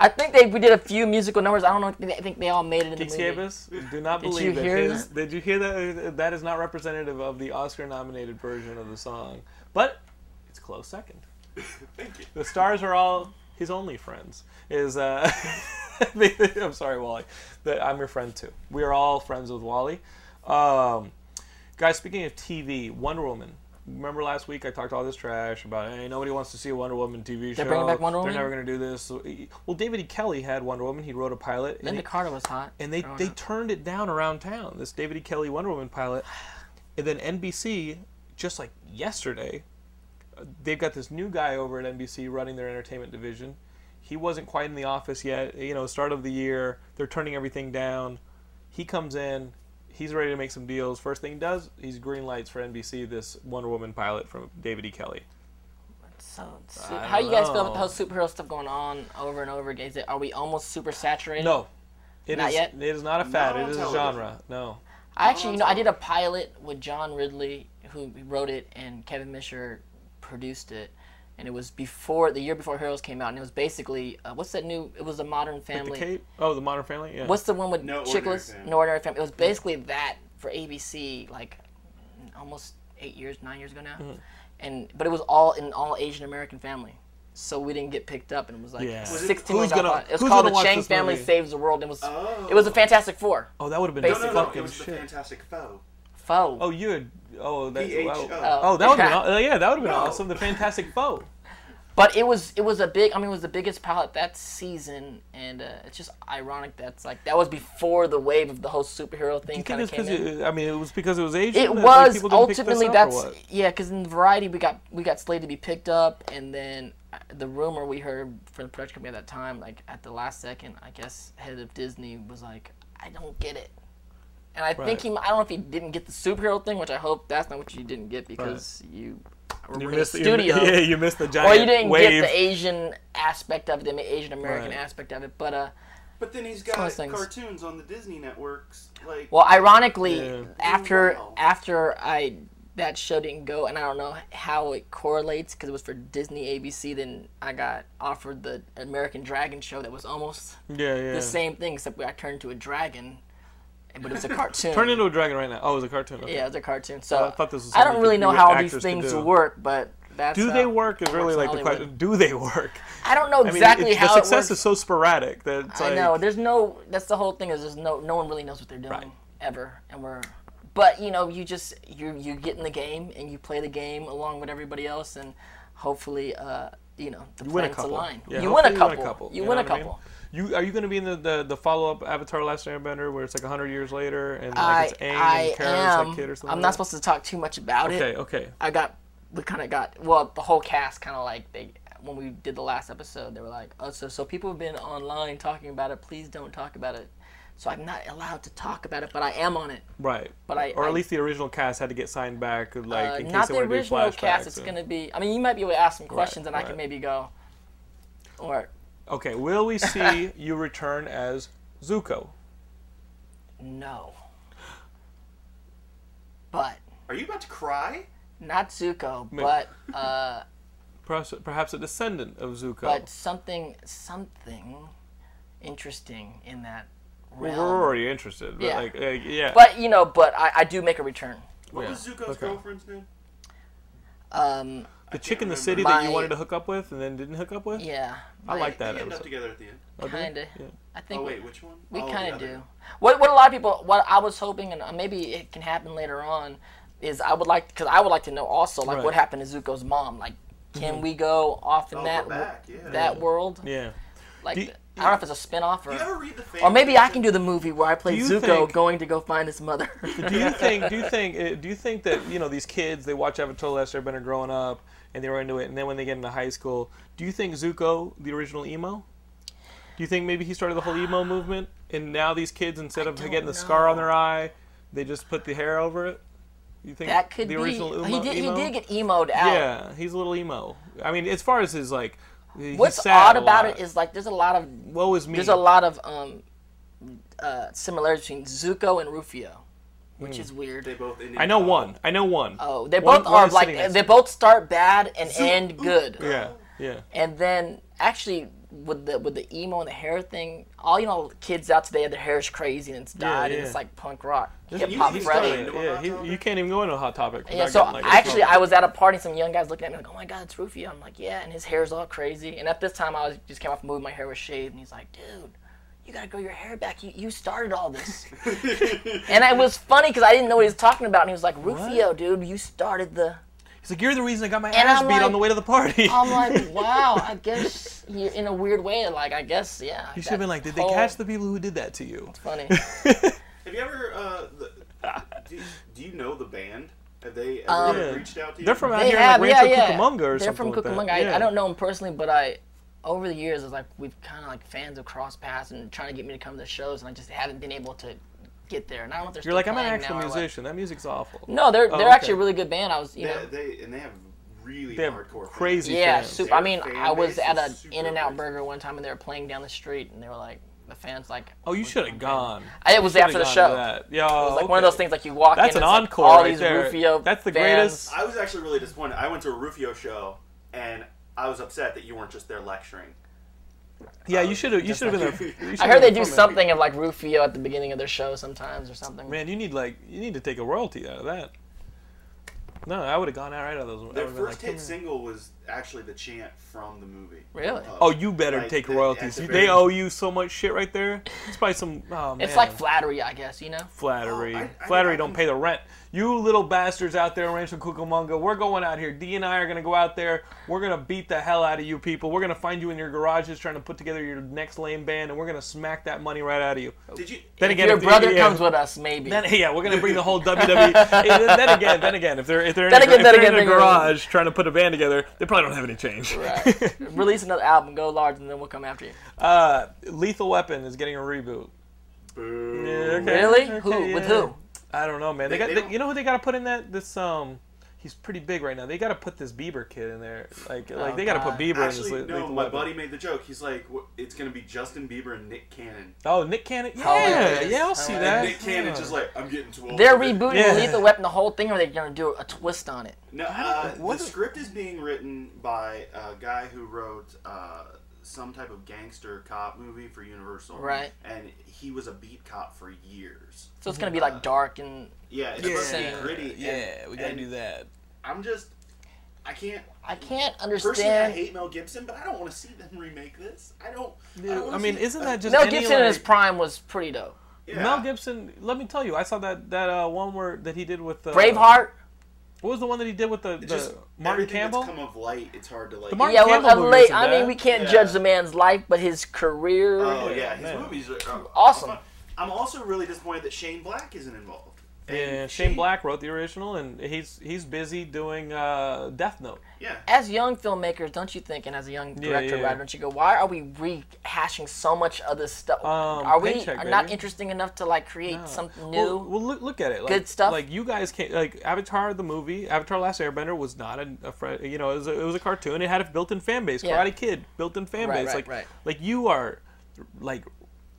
I think they we did a few musical numbers. I don't know. I think they all made it in the movie.
Geekscapists, do not
Did you
believe it.
hear
His- Did you hear that? uh, That is not representative of the Oscar-nominated version of the song, but it's close second.
Thank you.
The stars are all his only friends. Is uh, I'm sorry, Wally. That I'm your friend too. We are all friends with Wally. Um, guys, speaking of TV, Wonder Woman. Remember last week I talked all this trash about hey nobody wants to see a Wonder Woman TV show.
bringing back Wonder
They're
Woman?
never going to do this. So, well, David E. Kelly had Wonder Woman. He wrote a pilot. and
Linda
he-
Carter was hot.
and they,
Oh,
growing
they
up.
turned it down around town this david e kelly wonder woman pilot and then nbc just like yesterday uh, they've got this new guy over at nbc running their entertainment division he wasn't quite in the office yet you know start of the year they're turning everything down he comes in he's ready to make some deals first thing he does he's green lights for nbc this wonder woman pilot from david e kelly
so su- how you guys feel about the
know.
whole superhero stuff going on over and over again? Is it, are we almost super saturated?
no it
Not
is-
yet?
it is not a fad
on
it is a
television.
genre no
I actually, you know, I did a pilot with John Ridley, who wrote it, and Kevin Misher produced it. And it was before the year before Heroes came out, and it was basically uh, what's that new? It was a Modern
the
Family.
cape oh the modern family yeah
What's the one with
No Ordinary
Chickless?
Family.
No Ordinary Family. It was basically that for ABC, like almost eight years, nine years ago now.
Mm-hmm.
And but it was all in all Asian American family, so we didn't get picked up, and it was like
Yeah. Was it-
sixteen.
who's
million dollar-
gonna-
It was
who's
called
gonna
The
watch
Chang
this
Family
movie?
Saves the World, and it was it was a Fantastic Four.
oh that would have been
No,
Basically-
no, no. It
fucking
was the
shit
Fantastic Foe.
Foe.
Oh, you had oh that
PHO.
wow. oh that would have been aw- yeah that would have been
No.
awesome. The Fantastic Foe.
But it was it was a big. I mean, it was the biggest pilot that season, and uh, it's just ironic that's like that was before the wave of the whole superhero thing
You think
kind of
it's
came
because
in.
I mean it was because it was Asian. that,
it
like,
was
people didn't pick this
ultimately
up, or
that's
what?
yeah because in variety we got we got slated to be picked up and then uh, the rumor we heard from the production company at that time like at the last second i guess head of disney was like i don't get it and i
Right.
think he i don't know if he didn't get the superhero thing which i hope that's not what you didn't get because you were
you
in the
missed
studio
You, yeah, you missed the giant
or you didn't
wave.
get the asian aspect of it the asian american
Right.
aspect of it but uh
But then he's
one
got
of those things.
cartoons on the Disney networks. Like,
Well, ironically,
Yeah.
after
Wow.
after I that show didn't go, and I don't know how it correlates because it was for Disney ABC. Then I got offered the American Dragon show that was almost
yeah, yeah.
the same thing, except I turned into a dragon, but it was a cartoon.
Turn into a dragon right now. Oh, it was a cartoon. Okay.
yeah, it was a cartoon. So
I thought this was
I don't
something
really
that
know
you
how these
actors could
things
do.
work, but that's
Do
how
they work? Is
it
really
works in
like the
Hollywood.
question. Do they work?
I don't know
I mean,
exactly
it,
how
the success
it works.
is so sporadic that it's like
I know. There's no. That's the whole thing. Is there's no. No one really knows what they're doing
Right.
ever, and we're. But you know, you just you you get in the game and you play the game along with everybody else, and hopefully, uh, you know, the
win a
planets
couple.
align.
Yeah,
you, win a
hopefully
couple. You, win
know
a
what I mean?
couple.
You are you going to be in the, the, the follow up Avatar: Last Airbender where it's like hundred years later and
I
like it's Aang
I
and Kara's
am.
like kid or something?
I'm
like
not
that?
supposed to talk too much about it.
Okay, okay.
I got we kind of got well the whole cast kind of like they when we did the last episode they were like oh so so people have been online talking about it please don't talk about it so I'm not allowed to talk about it but I am on it
Right.
But I-
or at
I-
least the original cast had to get signed back, like in
Uh,
case
not
they
the
wanted to
original
do flashbacks.
cast. It's
and-
gonna be. I mean, you might be able to ask some questions, and I
right.
can maybe go. Or
Okay, will we see you return as Zuko?
no. But
are you about to cry?
not Zuko, but uh,
Perhaps, perhaps a descendant of Zuko.
but something something interesting in that
Well,
realm.
we're already interested. But
Yeah.
Like, like, yeah.
But you know, but I, I do make a return.
What
Yeah.
was Zuko's
Okay.
girlfriend's name?
Um,
the chick in the
remember.
city that you
My-
wanted to hook up with and then didn't hook up with.
yeah.
I like that.
They end up
episode.
together at the end.
Kinda. I think.
Oh
we-
wait, which one?
We
Oh, the
kind of
other.
do. What what a lot of people what I was hoping and uh, maybe it can happen later on is I would like because I would like to know also like
Right. Mm-hmm.
what happened to Zuko's mom. Like, can we go off in
Oh,
that
we're back. Yeah.
that world?
Yeah.
Like,
Do you-
I don't know if it's a spin off or
You ever read the fan
or maybe I can do the movie where I play
Do you
Zuko
think-
going to go find his mother.
do you think do you think uh, do you think that you know these kids they watch Avatar: The Last Airbender growing up and they were into it and then when they get into high school do you think Zuko the original emo do you think maybe he started the whole emo movement and now these kids instead of
don't
getting the scar
know.
on their eye they just put the hair over it you think
that could
the
be. Oh,
original emo,
he did
emo?
he did get emoed out.
yeah he's a little emo I mean as far as his like he- he's
What's
sad
odd
a
about
lot.
it is like there's a lot of
woe is me
there's a lot of um uh, similarities between Zuko and Rufio, which is weird.
They both ended
I know
up-
one I know one.
Oh, they
Hmm. One-
both
one
are
is
like
sitting next
they
to me.
both start bad and end good.
yeah yeah
And then actually with the with the emo and the hair thing, all you know, kids out today, their hair's crazy and it's dyed,
yeah.
and it's like punk rock, hip
you-
hot
you
Freddy.
started-
Yeah, yeah, he, you can't even go into a hot topic.
Yeah,
without
so
getting, like,
actually,
exposed.
I was at a party. Some young guys looking at me like, "Oh my God, it's Rufio." I'm like, "Yeah," and his hair's all crazy. And at this time, I was just came off a movie. My hair was shaved, and he's like, "Dude, you gotta grow your hair back. You you started all this." and it was funny because I didn't know what he was talking about, and he was like, "Rufio, dude, you started the."
He's like, you're the reason I got my
And
ass
I'm
beat
like-
on the way to the party.
I'm like, "Wow, I guess you in a weird way, like I guess, yeah."
you should have been like, did
Oh.
they catch the people who did that to you?
Funny.
Have you ever? Uh, the, do, do you know the band? Have they ever
Yeah.
reached out to you?
They're from out
Um, They
here
have,
in like
yeah,
Rancho
yeah.
Cucamonga or
They're
something.
from
like that.
Cucamonga. I,
Yeah.
I don't know them personally, but I, over the years, it's like we've kind of like fans have crossed paths and trying to get me to come to the shows, and I just haven't been able to get there. And I don't know if they're
You're
still
like, I'm an
playing
actual
now or what."
musician. That music's awful.
No, they're
Oh,
they're
okay.
actually a really good band. I was, you
They,
know,
they and they have really
They have
hardcore. fans.
crazy
yeah,
fans.
super.
Their
I mean,
fan
I was
base
at
is
an
super
In and Out
amazing.
Burger one time, and they were playing down the street, and they were like, the fans like.
Oh, you should have gone.
I- it was
You
after
shoulda
the
gone to
show.
That. Yo,
It was like one of those things like you walk
That's
in.
an
it's like
encore
all
right
these
there.
Rufio.
That's the
fans.
greatest-
I was actually really disappointed. I went to a Rufio show and I was upset that you weren't just there lecturing.
Yeah, you should have. You should have been there. you
I
should've
heard they
been
do
performing.
something of like Rufio at the beginning of their show sometimes or something.
Man, you need like you need to take a royalty out of that. No, I would have gone out right out of those. I
Their
would've been
first
Oh, like,
hit
"Come here."
single was actually the chant from the movie. Uh,
Really?
Oh, you better
Like,
take
at-
royalties.
at the
they
very-
owe you so much shit right there. It's probably some. Oh, man.
It's like flattery, I guess. You know.
flattery.
Oh, I- I-
flattery
I-
don't pay the rent. You little bastards out there in Rancho Cucamonga, we're going out here. D and I are going to go out there. We're going to beat the hell out of you people. We're going to find you in your garages trying to put together your next lame band, and we're going to smack that money right out of you.
Did you?
Then again,
Your
if-
brother
yeah.
comes with us, maybe.
Then, yeah, we're gonna bring the whole WWE. Hey, then then again, then again, if they're if they're,
Then
in, a,
again, then
if they're
again,
in a
then again.
garage trying to put a band together, they probably don't have any change.
Release another album, go large, and then we'll come after you.
Uh, Lethal Weapon is getting a reboot.
Boo.
Yeah, okay,
Really?
okay,
who?
yeah.
With who?
I don't know, man. They,
They-
got
they
they-
don't-
you know who they got to put in that this um. He's pretty big right now. They got to put this Bieber kid in there. Like, like they got to put
Oh, God.
Bieber in
Actually,
this. Le-
no.
Lethal
My
Weapon.
buddy made the joke. He's like, "Wh- it's gonna be Justin Bieber and Nick Cannon.
Oh, Nick Cannon. Yeah,
Hilarious.
yeah, I'll see that.
Nick Cannon
Yeah.
just like, I'm getting too old.
They're
for this."
rebooting
Yeah.
Lethal Weapon, the whole thing, or they're gonna do a twist on it.
No, uh,
what
the
the-
script is being written by a guy who wrote uh, some type of gangster cop movie for Universal.
Right.
And he was a beat cop for years.
So it's gonna be like dark and
Yeah, it's supposed to be gritty. and- and
that.
I'm just, I can't.
I can't
Personally, I
understand.
hate Mel Gibson, but I don't want to see them remake this. I don't. I, don't
Dude,
wanna
I mean,
see-
isn't that just
Mel
any,
Gibson in his
like-
prime was pretty dope.
yeah.
Mel Gibson? Let me tell you, I saw that that uh, one where that he did with uh,
Braveheart.
What was the one that he did with the, the
Just
Martin
everything that's
Campbell?
come of light. It's hard to like.
Martin-
Yeah, well,
Campbell
of
movie
late.
wasn't
I mean,
bad.
we can't
Yeah.
judge the man's life, but his career.
oh yeah, his
man.
movies are are
Awesome.
I'm also really disappointed that Shane Black isn't involved. And
Yeah, Shane Black wrote the original, and he's he's busy doing uh, Death Note.
Yeah.
as young filmmakers, don't you think, and as a young director,
yeah, yeah.
right, don't you go, why are we rehashing so much other stuff?
Um,
are we
Paycheck,
are not
baby.
interesting enough to like create something new?
Well, well, look, look at it. Like,
Good stuff.
Like you guys can't like Avatar the movie. Avatar: Last Airbender was not a, a fr- you know it was a, it was a cartoon. It had a built-in fan base.
Yeah.
Karate Kid built-in fan
Right,
base.
right,
like
right.
like you are like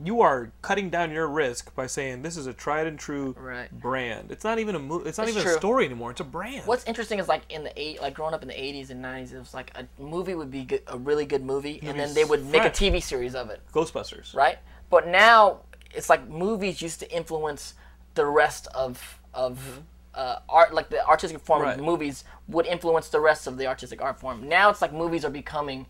you are cutting down your risk by saying this is a tried and true
Right.
brand. It's not even a movie. It's not
It's
even a
true.
story anymore. It's a brand.
What's interesting is like in the eight, like growing up in the '80s and '90s, it was like a movie would be good, a really good movie, and then they would make a
fresh.
TV series of it,
Ghostbusters?
right? But now it's like movies used to influence the rest of of uh, art, like the artistic form
Right.
of movies would influence the rest of the artistic art form. Now it's like movies are becoming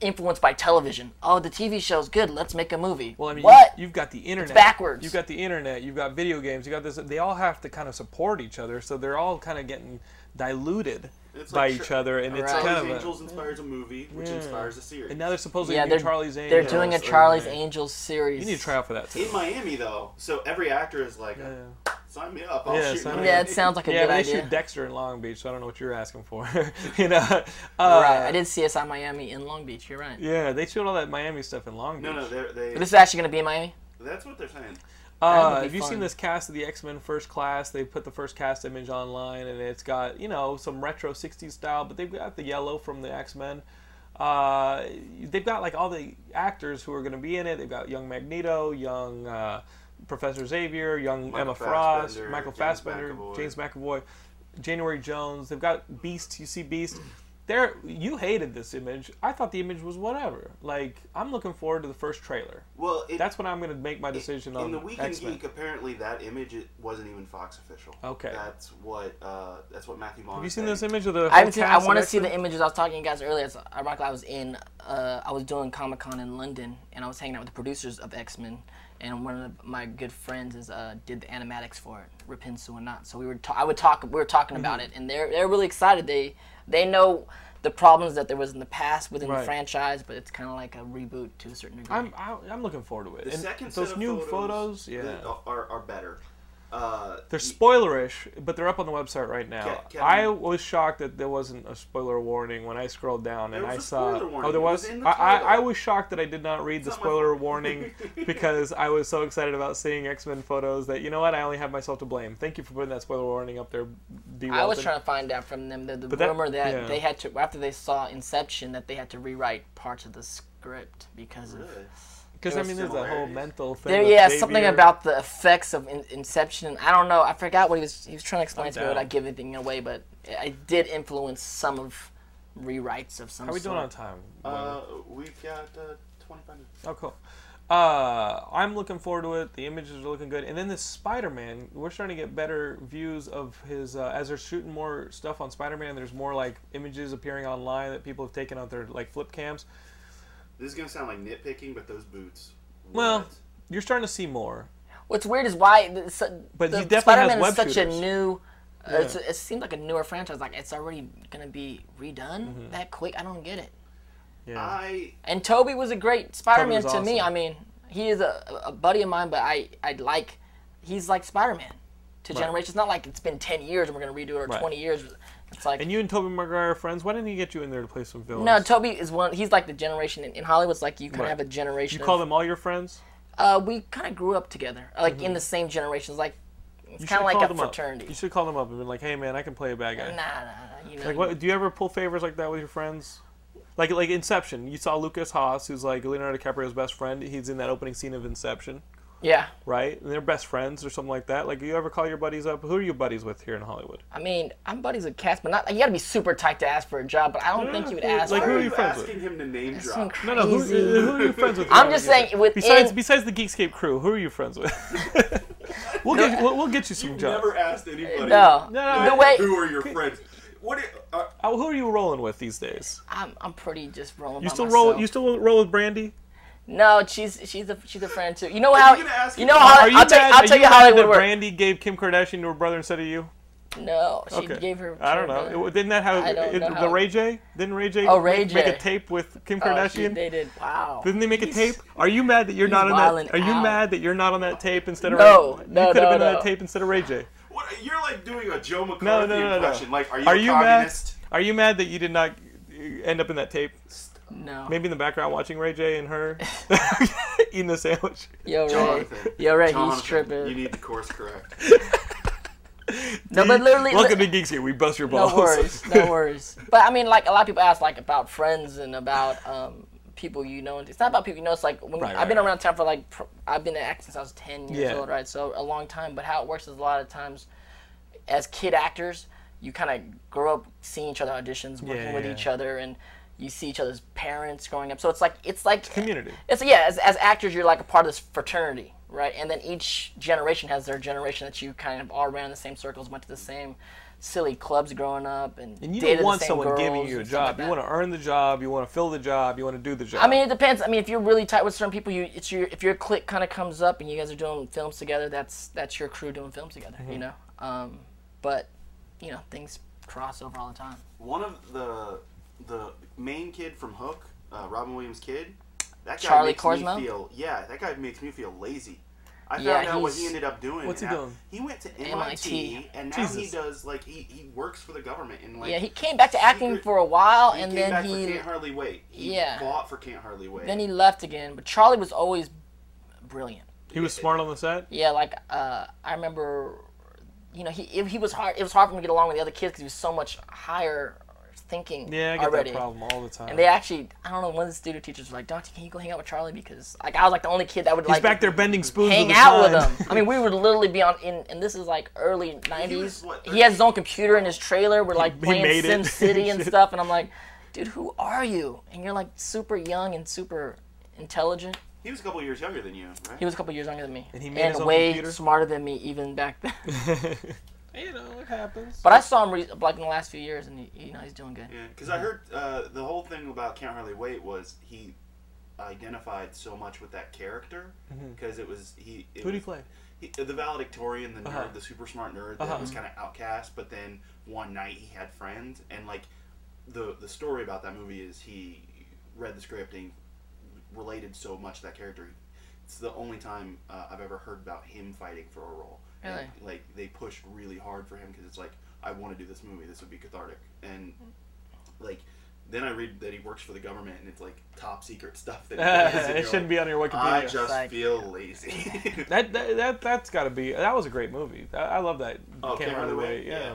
influenced by television. Oh, the TV show's good. Let's make a movie.
Well, I mean,
what?
You, have got the internet.
backwards.
You've got the internet. You've got video games. You got this. They all have to kind of support each other, so they're all kind of getting diluted
It's
by
like
each
Char-
other, and it's
Right.
Charlie's
kind of.
Angels
A,
inspires a movie, which inspires a series.
and now they're supposedly
yeah,
doing
they're,
Charlie's Angels.
they're doing a
and-
Charlie's Angels series.
You need to try out for that too.
in Miami though, so every actor is like, sign me up. I'll
Yeah,
shoot.
sign
in
me up.
Yeah,
Miami."
it sounds like a
yeah,
good
but they
idea.
shoot Dexter in Long Beach, so I don't know what you're asking for. you know, uh,
right, I did CSI Miami in Long Beach. You're right.
Yeah, they shoot all that Miami stuff in Long Beach.
No, no, they're, they.
This is actually going to be in Miami.
That's what they're saying.
That would
Uh,
be
have you
fun.
seen this cast of the X Men First Class? They put the first cast image online, and it's got you know some retro '60s style, but they've got the yellow from the X Men. Uh, they've got like all the actors who are going to be in it. They've got young Magneto, young uh, Professor Xavier, young
Michael
Emma Frost,
Fassbender,
Michael
James
Fassbender,
McAvoy.
James McAvoy, January Jones. They've got Beast. You see Beast. there you hated this image. I thought the image was whatever. Like I'm looking forward to the first trailer.
Well, it,
That's when I'm going to make my decision on
in the Weekend
X-Men.
Geek, apparently that image it wasn't even Fox official.
Okay.
That's what uh, that's what Matthew Vaughn.
Have you
is
seen
saying.
this image of the?
I,
whole
haven't seen, I
cast of
want to see the
X-Men?
images. I was talking to you guys earlier. It's ironically, I was in, uh, I was doing Comic Con in London, and I was hanging out with the producers of X Men, and one of my good friends is uh, did the animatics for it, Rapinsu and not. So we were, ta- I would talk, we were talking about
Mm-hmm.
it, and they're they're really excited. They they know the problems that there was in the past within
Right.
the franchise, but it's kind of like a reboot to a certain degree.
I'm I, I'm looking forward to it.
The
And
second
those
set of
new
photos,
yeah.
that are, are better. Uh,
They're spoilerish, but they're up on the website right now.
Ke- Kevin-
I was shocked that there wasn't a spoiler warning when I scrolled down and
There was
I
a
saw.
spoiler warning.
Oh, there
It was
was.
in the
I, I,
title.
I was shocked that I did not read the
not my
spoiler
fault.
warning because I was so excited about seeing X Men photos that you know what I only have myself to blame. Thank you for putting that spoiler warning up there. D.
I was
Walton.
trying to find out from them the, the
that-
rumor that
yeah.
they had to after they saw Inception that they had to rewrite parts of the script because of
Because I mean, there's that whole
similarities.
mental thing.
There,
with
yeah, something
Xavier.
about the effects of in- Inception. I don't know. I forgot what he was. He was trying to explain to me
down.
without giving anything away, but it it did influence some of rewrites of some.
How are we doing
sort.
on time?
Uh, we've got uh, 25 minutes.
Oh, cool. Uh, I'm looking forward to it. The images are looking good, and then this Spider-Man. We're starting to get better views of his uh, as they're shooting more stuff on Spider-Man. There's more like images appearing online that people have taken out their like flip cams.
This is gonna sound like nitpicking, but those boots.
Well,
what?
you're starting to see more.
What's weird is why. The, so-
But
the
he definitely has
Spider-Man
web
is such
shooters.
a new. Uh, it's, it seems like a newer franchise. Like it's already gonna be redone
Mm-hmm.
that quick. I don't get it.
Yeah.
I
And Toby was a great Spider-Man
was
to me. I
awesome.
mean, he is a, a buddy of mine, but I I like he's like Spider-Man to generations. It's not like it's been ten years and we're gonna redo it or
Right.
twenty years. It's like
and you and Toby Maguire are friends. Why didn't he get you in there to play some villains?
no. Toby is one. He's like the generation in, in Hollywood's like you kind of
Right.
have a generation.
you call
of-
them all your friends.
Uh, we kind of grew up together, like
Mm-hmm.
in the same generations. Like it's
You should
kind of like
call
a
them up.
fraternity.
You should call them up and be like, "Hey, man, I can play a bad guy."
Nah, nah, nah. You know,
Like, what, do you ever pull favors like that with your friends? Like, like Inception. You saw Lucas Haas, who's like Leonardo DiCaprio's best friend. He's in that opening scene of Inception,
Yeah.
right? And they're best friends or something like that. Like, you ever call your buddies up? Who are you buddies with here in Hollywood?
I mean, I'm buddies with cats, but not. You gotta be super tight to ask for a job. But I don't think you would ask.
like,
why
for
who
are
are
it.
you
you
friends with?
asking him to name drop?
Some
No, no. Who,
crazy-
who are you friends with?
uh, I'm just saying within-
Besides, besides the Geekscape crew, who are you friends with? we'll get we'll, we'll get you some
You've
jobs.
never asked anybody.
No.
no,
the
I-
way
Who are your friends? What? i- uh,
Uh, who are you rolling with these days?
I'm, I'm pretty just rolling.
You
by
still
myself.
roll? You still roll with Brandy?
No, she's she's a she's a friend too. You know how
you gonna ask
you
me-
know how
Are you
I'll tell
mad-
I'll
are
tell you
mad
how it would
that
work.
Brandy gave Kim Kardashian to her brother instead of you.
No, she gave her.
I don't
her-
know. It, didn't that how,
I don't
it,
know
the
how-
Ray J? Didn't Ray J?
Oh, Ray
make, make
J.
a tape with Kim
Oh, she-
Kardashian.
they did. Wow.
didn't they make a
He's-
tape? Are you mad that you're not on
wildin'
that? Are you
out.
mad that you're not on that tape instead of
No,
Ray?
no,
you could
no,
have been on
no.
that tape instead of Ray J.
what? You're like doing a Joe McCarthy
No, no, no, no.
impression. Like, are you
are
a
you
communist?
mad? Are you mad that you did not end up in that tape?
No.
Maybe in the background watching Ray J and her eating a sandwich.
Yo, Ray.
Jonathan.
Yo, Ray. He's
Jonathan,
tripping.
You need the course correct.
no, but literally.
Welcome to Geeks Here. We bust your balls.
no worries. No worries. But I mean, like a lot of people ask, like about friends and about um people you know. It's not about people you know. It's like when
Right,
I've been
right.
around town for like pr- I've been an actor since I was ten years
Yeah.
old, right? So a long time. But how it works is a lot of times, as kid actors, you kind of grow up seeing each other at auditions, working
Yeah,
with
yeah.
each other, and you see each other's parents growing up. So it's like it's like
community.
It's yeah. As, as actors, you're like a part of this fraternity, right? And then each generation has their generation that you kind of all ran in the same circles, went to the same silly clubs growing up, and,
And you
dated
don't want
the same
someone giving
girls
you a
and stuff
job.
like
you want
that.
to earn the job. You want to fill the job. You want to do the job.
I mean, it depends. I mean, if you're really tight with certain people, you it's your if your clique kind of comes up and you guys are doing films together, that's that's your crew doing films together, you
Mm-hmm.
know. Um, but you know, things cross over all the time.
One of the the main kid from Hook, uh, Robin Williams' kid. That guy
Charlie
makes
Corsmo?
me feel. Yeah, that guy makes me feel lazy. I found
Yeah,
out what
he's-
he ended up doing.
What's he
and how-
doing?
He went to MIT,
MIT.
and now
Jesus.
he does like he, he works for the government and like
Yeah, he came back to acting
secret-
for a while,
he
and
came
then
back
he
for Can't Hardly Wait. He
Yeah.
fought for Can't Hardly Wait.
then he left again. But Charlie was always brilliant.
he was smart on the set.
Yeah, like uh, I remember, you know, he it, he was hard. It was hard for him to get along with the other kids because he was so much higher thinking
Yeah, I get
already.
that problem all the time.
And they actually, I don't know, one of the studio teachers was like, Dante, can you go hang out with Charlie? Because like I was like the only kid that would
He's
like
back there bending spoons.
hang
with a
out with
sign.
him. I mean, we would literally be on in, and this is like early
was,
'90s.
what,
He has his own computer in his trailer. We're like
he
playing
made
Sim
it.
City and stuff, and I'm like, dude, who are you? And you're like super young and super intelligent.
He was a couple years younger than you, right?
He was a couple years younger than me,
And he made his own
way
computer?
smarter than me even back then.
You know, it happens.
but I saw him re- like in the last few years, and he, you know he's doing good.
Because I heard uh, the whole thing about Can't Hardly Wait was he identified so much with that character because it was he. It
Mm-hmm. Who'd he
was-
play? Uh-huh.
He, uh, the valedictorian, the nerd, the super smart nerd that was kind of outcast. But then one night he had friends, and like the the story about that movie is he read the script and related so much to that character. It's the only time uh, I've ever heard about him fighting for a role. And,
Really?
like they pushed really hard for him because it's like I want to do this movie. This would be cathartic. And like then I read that he works for the government and it's like top secret stuff that he does, and
it
you're
shouldn't
like,
be on your
I
Wikipedia.
just
Like-
feel lazy.
That, that that that's got to be. That was a great movie. I, I love that.
Oh, Can't Hardly Wait,
Yeah.
yeah.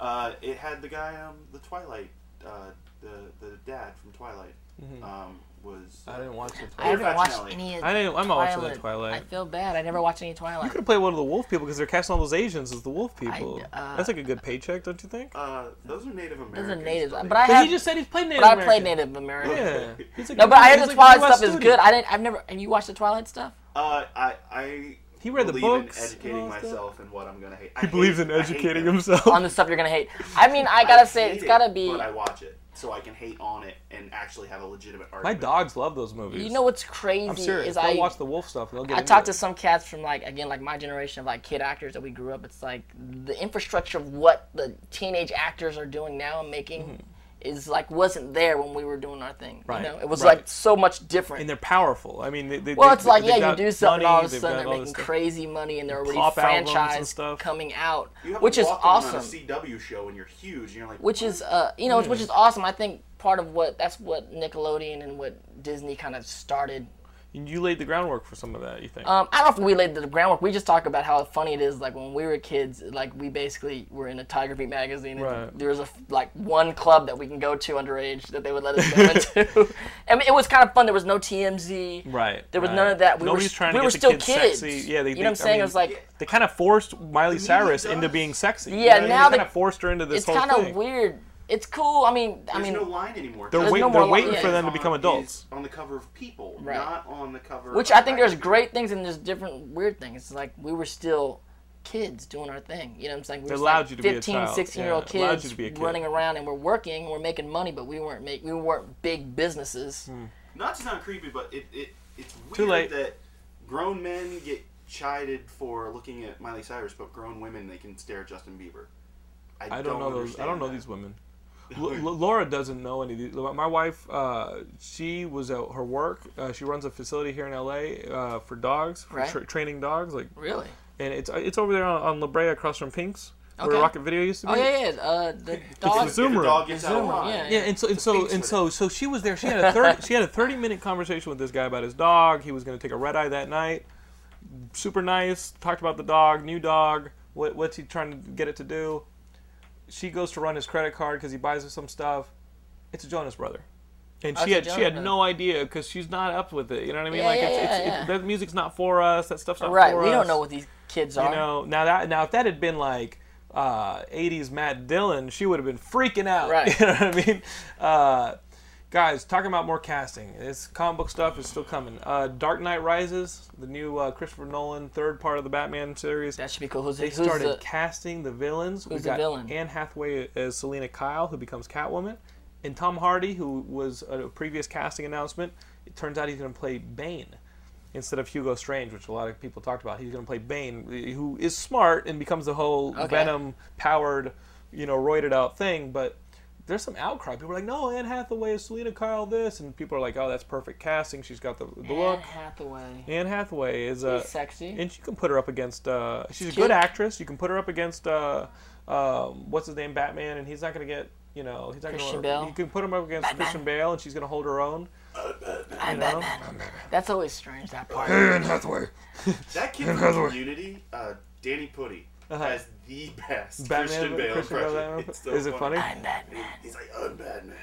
uh, it had the guy, um, the Twilight, uh, the the dad from Twilight, um, was.
Mm-hmm. I didn't watch it.
I
I,
Peter
haven't watched
Facinelli.
any. Of
I didn't. I'm not watching that
I
Twilight.
feel bad. I never watched any Twilight.
could play one of the wolf people because they're casting all those Asians as the wolf people.
uh,
That's like a good paycheck, don't you think?
Uh, those are Native Americans.
Those are natives,
buddy.
but I
But
have.
he just said he's played Native
but I
American.
played Native American.
Yeah. He's a
No, but I
he's
heard the
a
Twilight
US
stuff is
student.
good. I didn't. I've never. And you watched the Twilight stuff?
Uh, I, I
He read the
believe
books
in
and
educating
all that stuff.
myself and what I'm gonna hate. I
He believes
hate-
in
I hate
educating
them.
himself.
On the stuff you're gonna hate. I mean, I gotta say,
hate
it's gotta
it,
be.
But I watch it so I can hate on it and actually have a legitimate
My
argument.
dogs love those movies.
You know what's crazy
I'm serious.
is
They'll
I
watch the wolf stuff. They'll get.
I
into
talked
it.
to some cats from like again like my generation of like kid actors that we grew up. It's like the infrastructure of what the teenage actors are doing now and making is like wasn't there when we were doing our thing.
Mm-hmm. Right,
You know, it was
right.
like so much different.
and they're powerful. I mean, they, they,
well,
they-
it's like
they've
yeah, you
got
do something, and all of a
money, they've
sudden
got
they're
all this
making
stuff.
crazy money, and they're already
Pop albums and
franchised
stuff.
coming out,
You haven't
which is
walked in on
awesome.
a CW show and you're huge and you're like,
which is uh you know which
Hmm.
is awesome i think part of what that's what nickelodeon and what disney kind of started
And you laid the groundwork for some of that. You think?
um, i don't know if we laid the groundwork we just talk about how funny it is like when we were kids like we basically were in a tiger beat magazine and
Right.
there was a f- like one club that we can go to underage that they would let us go into i mean it was kind of fun there was no tmz
Right.
there was
right.
none of that. We
Nobody's
were,
trying
we
to
were
get
still
the kids, sexy. Yeah, they,
you
they-
know what I'm
I
saying?
mean,
it was like
they kind of forced Miley
media
Cyrus
does.
into being sexy.
Yeah,
they
now they-
kind of forced her into this
it's
whole
kind of
thing.
weird. It's cool. I mean, I
there's
mean,
no line anymore.
They're,
There's
wait,
no more
they're
like-
waiting
yeah.
for them to become adults.
It's on the cover of People,
Right.
not on the cover.
Which
of
I think there's
Magazine.
great things and there's different weird things. It's like we were still kids doing our thing. You know what I'm saying? We were just
allowed
like
you to be a
15,
child.
16 year old
Yeah, allowed
kids
you to be a kid.
running around and we're working and we're making money, but we weren't make, we weren't big businesses.
Hmm.
Not to sound creepy, but it, it it's weird
late.
that grown men get chided for looking at Miley Cyrus, but grown women they can stare at Justin Bieber. I,
I don't know those. I
understand
don't know
that.
these women. L- L- Laura doesn't know any of these. My wife, uh, she was at her work. Uh, she runs a facility here in LA uh, for dogs, for
Right.
tra- training dogs, like,
Really?
and it's it's over there on, on La Brea across from Pink's,
Okay.
where Rocket Video used to be.
Oh yeah, yeah. Uh, the dog.
Zoom
If a
room.
dog gets out of
room,
line.
yeah.
Yeah, and so and so
Thanks
and
for
so so she was there. She had a thirty she had a thirty minute conversation with this guy about his dog. He was going to take a red eye that night. Super nice. Talked about the dog, new dog. What what's he trying to get it to do? She goes to run his credit card because he buys her some stuff. It's a Jonas brother, and she
Oh, it's a
had she
Jonas
had
Brother.
no idea because she's not up with it. You know what I mean?
Yeah,
like
yeah,
it's,
yeah,
it's,
yeah.
It, that music's not for us. That stuff's not
Right.
for us.
We don't know what these kids are.
You know, now that now if that had been like uh, '80s Matt Dillon, she would have been freaking out.
Right.
You know what I mean? Uh, guys, talking about more casting. This comic book stuff is still coming. Uh, Dark Knight Rises, the new uh, Christopher Nolan third part of the Batman series.
That should be cool. Who's,
they
who's
started
the,
casting the villains.
who's
We've
the
got
villain?
Anne Hathaway as Selena Kyle, who becomes Catwoman, and Tom Hardy, who was a previous casting announcement. It turns out he's going to play Bane instead of Hugo Strange, which a lot of people talked about. He's going to play Bane, who is smart and becomes the whole
Okay.
Venom-powered, you know, roided out thing. But there's some outcry. People are like, "No, Anne Hathaway is Selena Kyle this," and people are like, "Oh, that's perfect casting. She's got the, the
Anne
look."
Hathaway.
Anne Hathaway is a
She's sexy.
and you can put her up against. Uh, she's a
Kid-
good actress. You can put her up against uh, um, what's his name, Batman, and he's not gonna get. You know, he's not gonna.
Christian Bale.
You can put him up against Christian Bale, and she's gonna hold her own.
I'm Batman. That's always strange. That part.
That kid from Community, uh, Danny Pudi. as the best
Uh-huh. Batman-
Christian Bale
Christian Bale
impression.
Batman?
It's so
Is it funny?
I'm Batman.
He's like, "I'm Batman."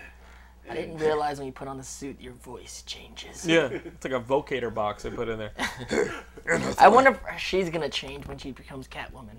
I didn't realize when you put on the suit, your voice changes.
Yeah, it's like a vocator box I put in there.
I wonder if she's gonna change when she becomes Catwoman.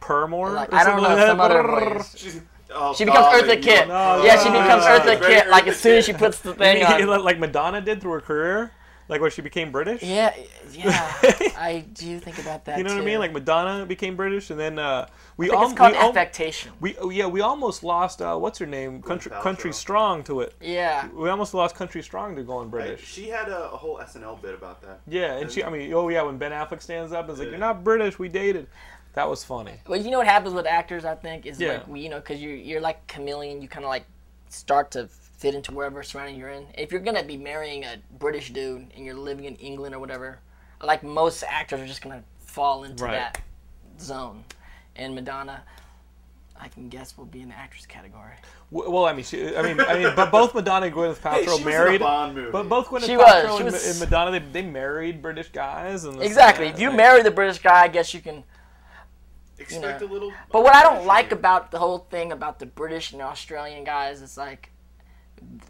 Permore?
Like
or
I don't
something
know
like
some
that?
other voice.
She's, oh,
She becomes
darling,
Eartha
you
Kitt.
don't-
yeah, she becomes
Ah,
Eartha
very
Kitt. Like
Eartha
as soon as
Kitt.
she puts the thing on.
like Madonna did through her career, like when she became British.
Yeah, yeah. I do think about that.
You know what I
too.
mean? Like Madonna became British, and then uh, we
I think
all
it's called
we, al-
affectation.
we oh, yeah we almost lost uh, what's her name country
Paltrow.
country strong to it.
yeah.
We almost lost country strong to going British.
She had a, a whole SNL bit about that.
Yeah, and she I mean oh yeah when Ben Affleck stands up and is like you're not British we dated, that was funny.
Well, you know what happens with actors, I think, is
Yeah.
like we, you know, because you're you're like chameleon. You kind of like start to fit into wherever surrounding you're in. If you're gonna be marrying a British dude and you're living in England or whatever, like most actors are just gonna fall into
Right.
that zone. And Madonna, I can guess, will be in the actress category.
W- Well I mean she, I mean I mean but both Madonna and Gwyneth Paltrow
she was in a
married.
Bond movie.
But both Gwyneth
She
Paltrow
was, she
and, Ma- and
was-
Madonna they, they married British guys and this
Exactly.
and
If
that.
you marry the British guy, I guess you can.
Expect
know.
a little.
But what I don't
She-
like about the whole thing about the British and Australian guys is like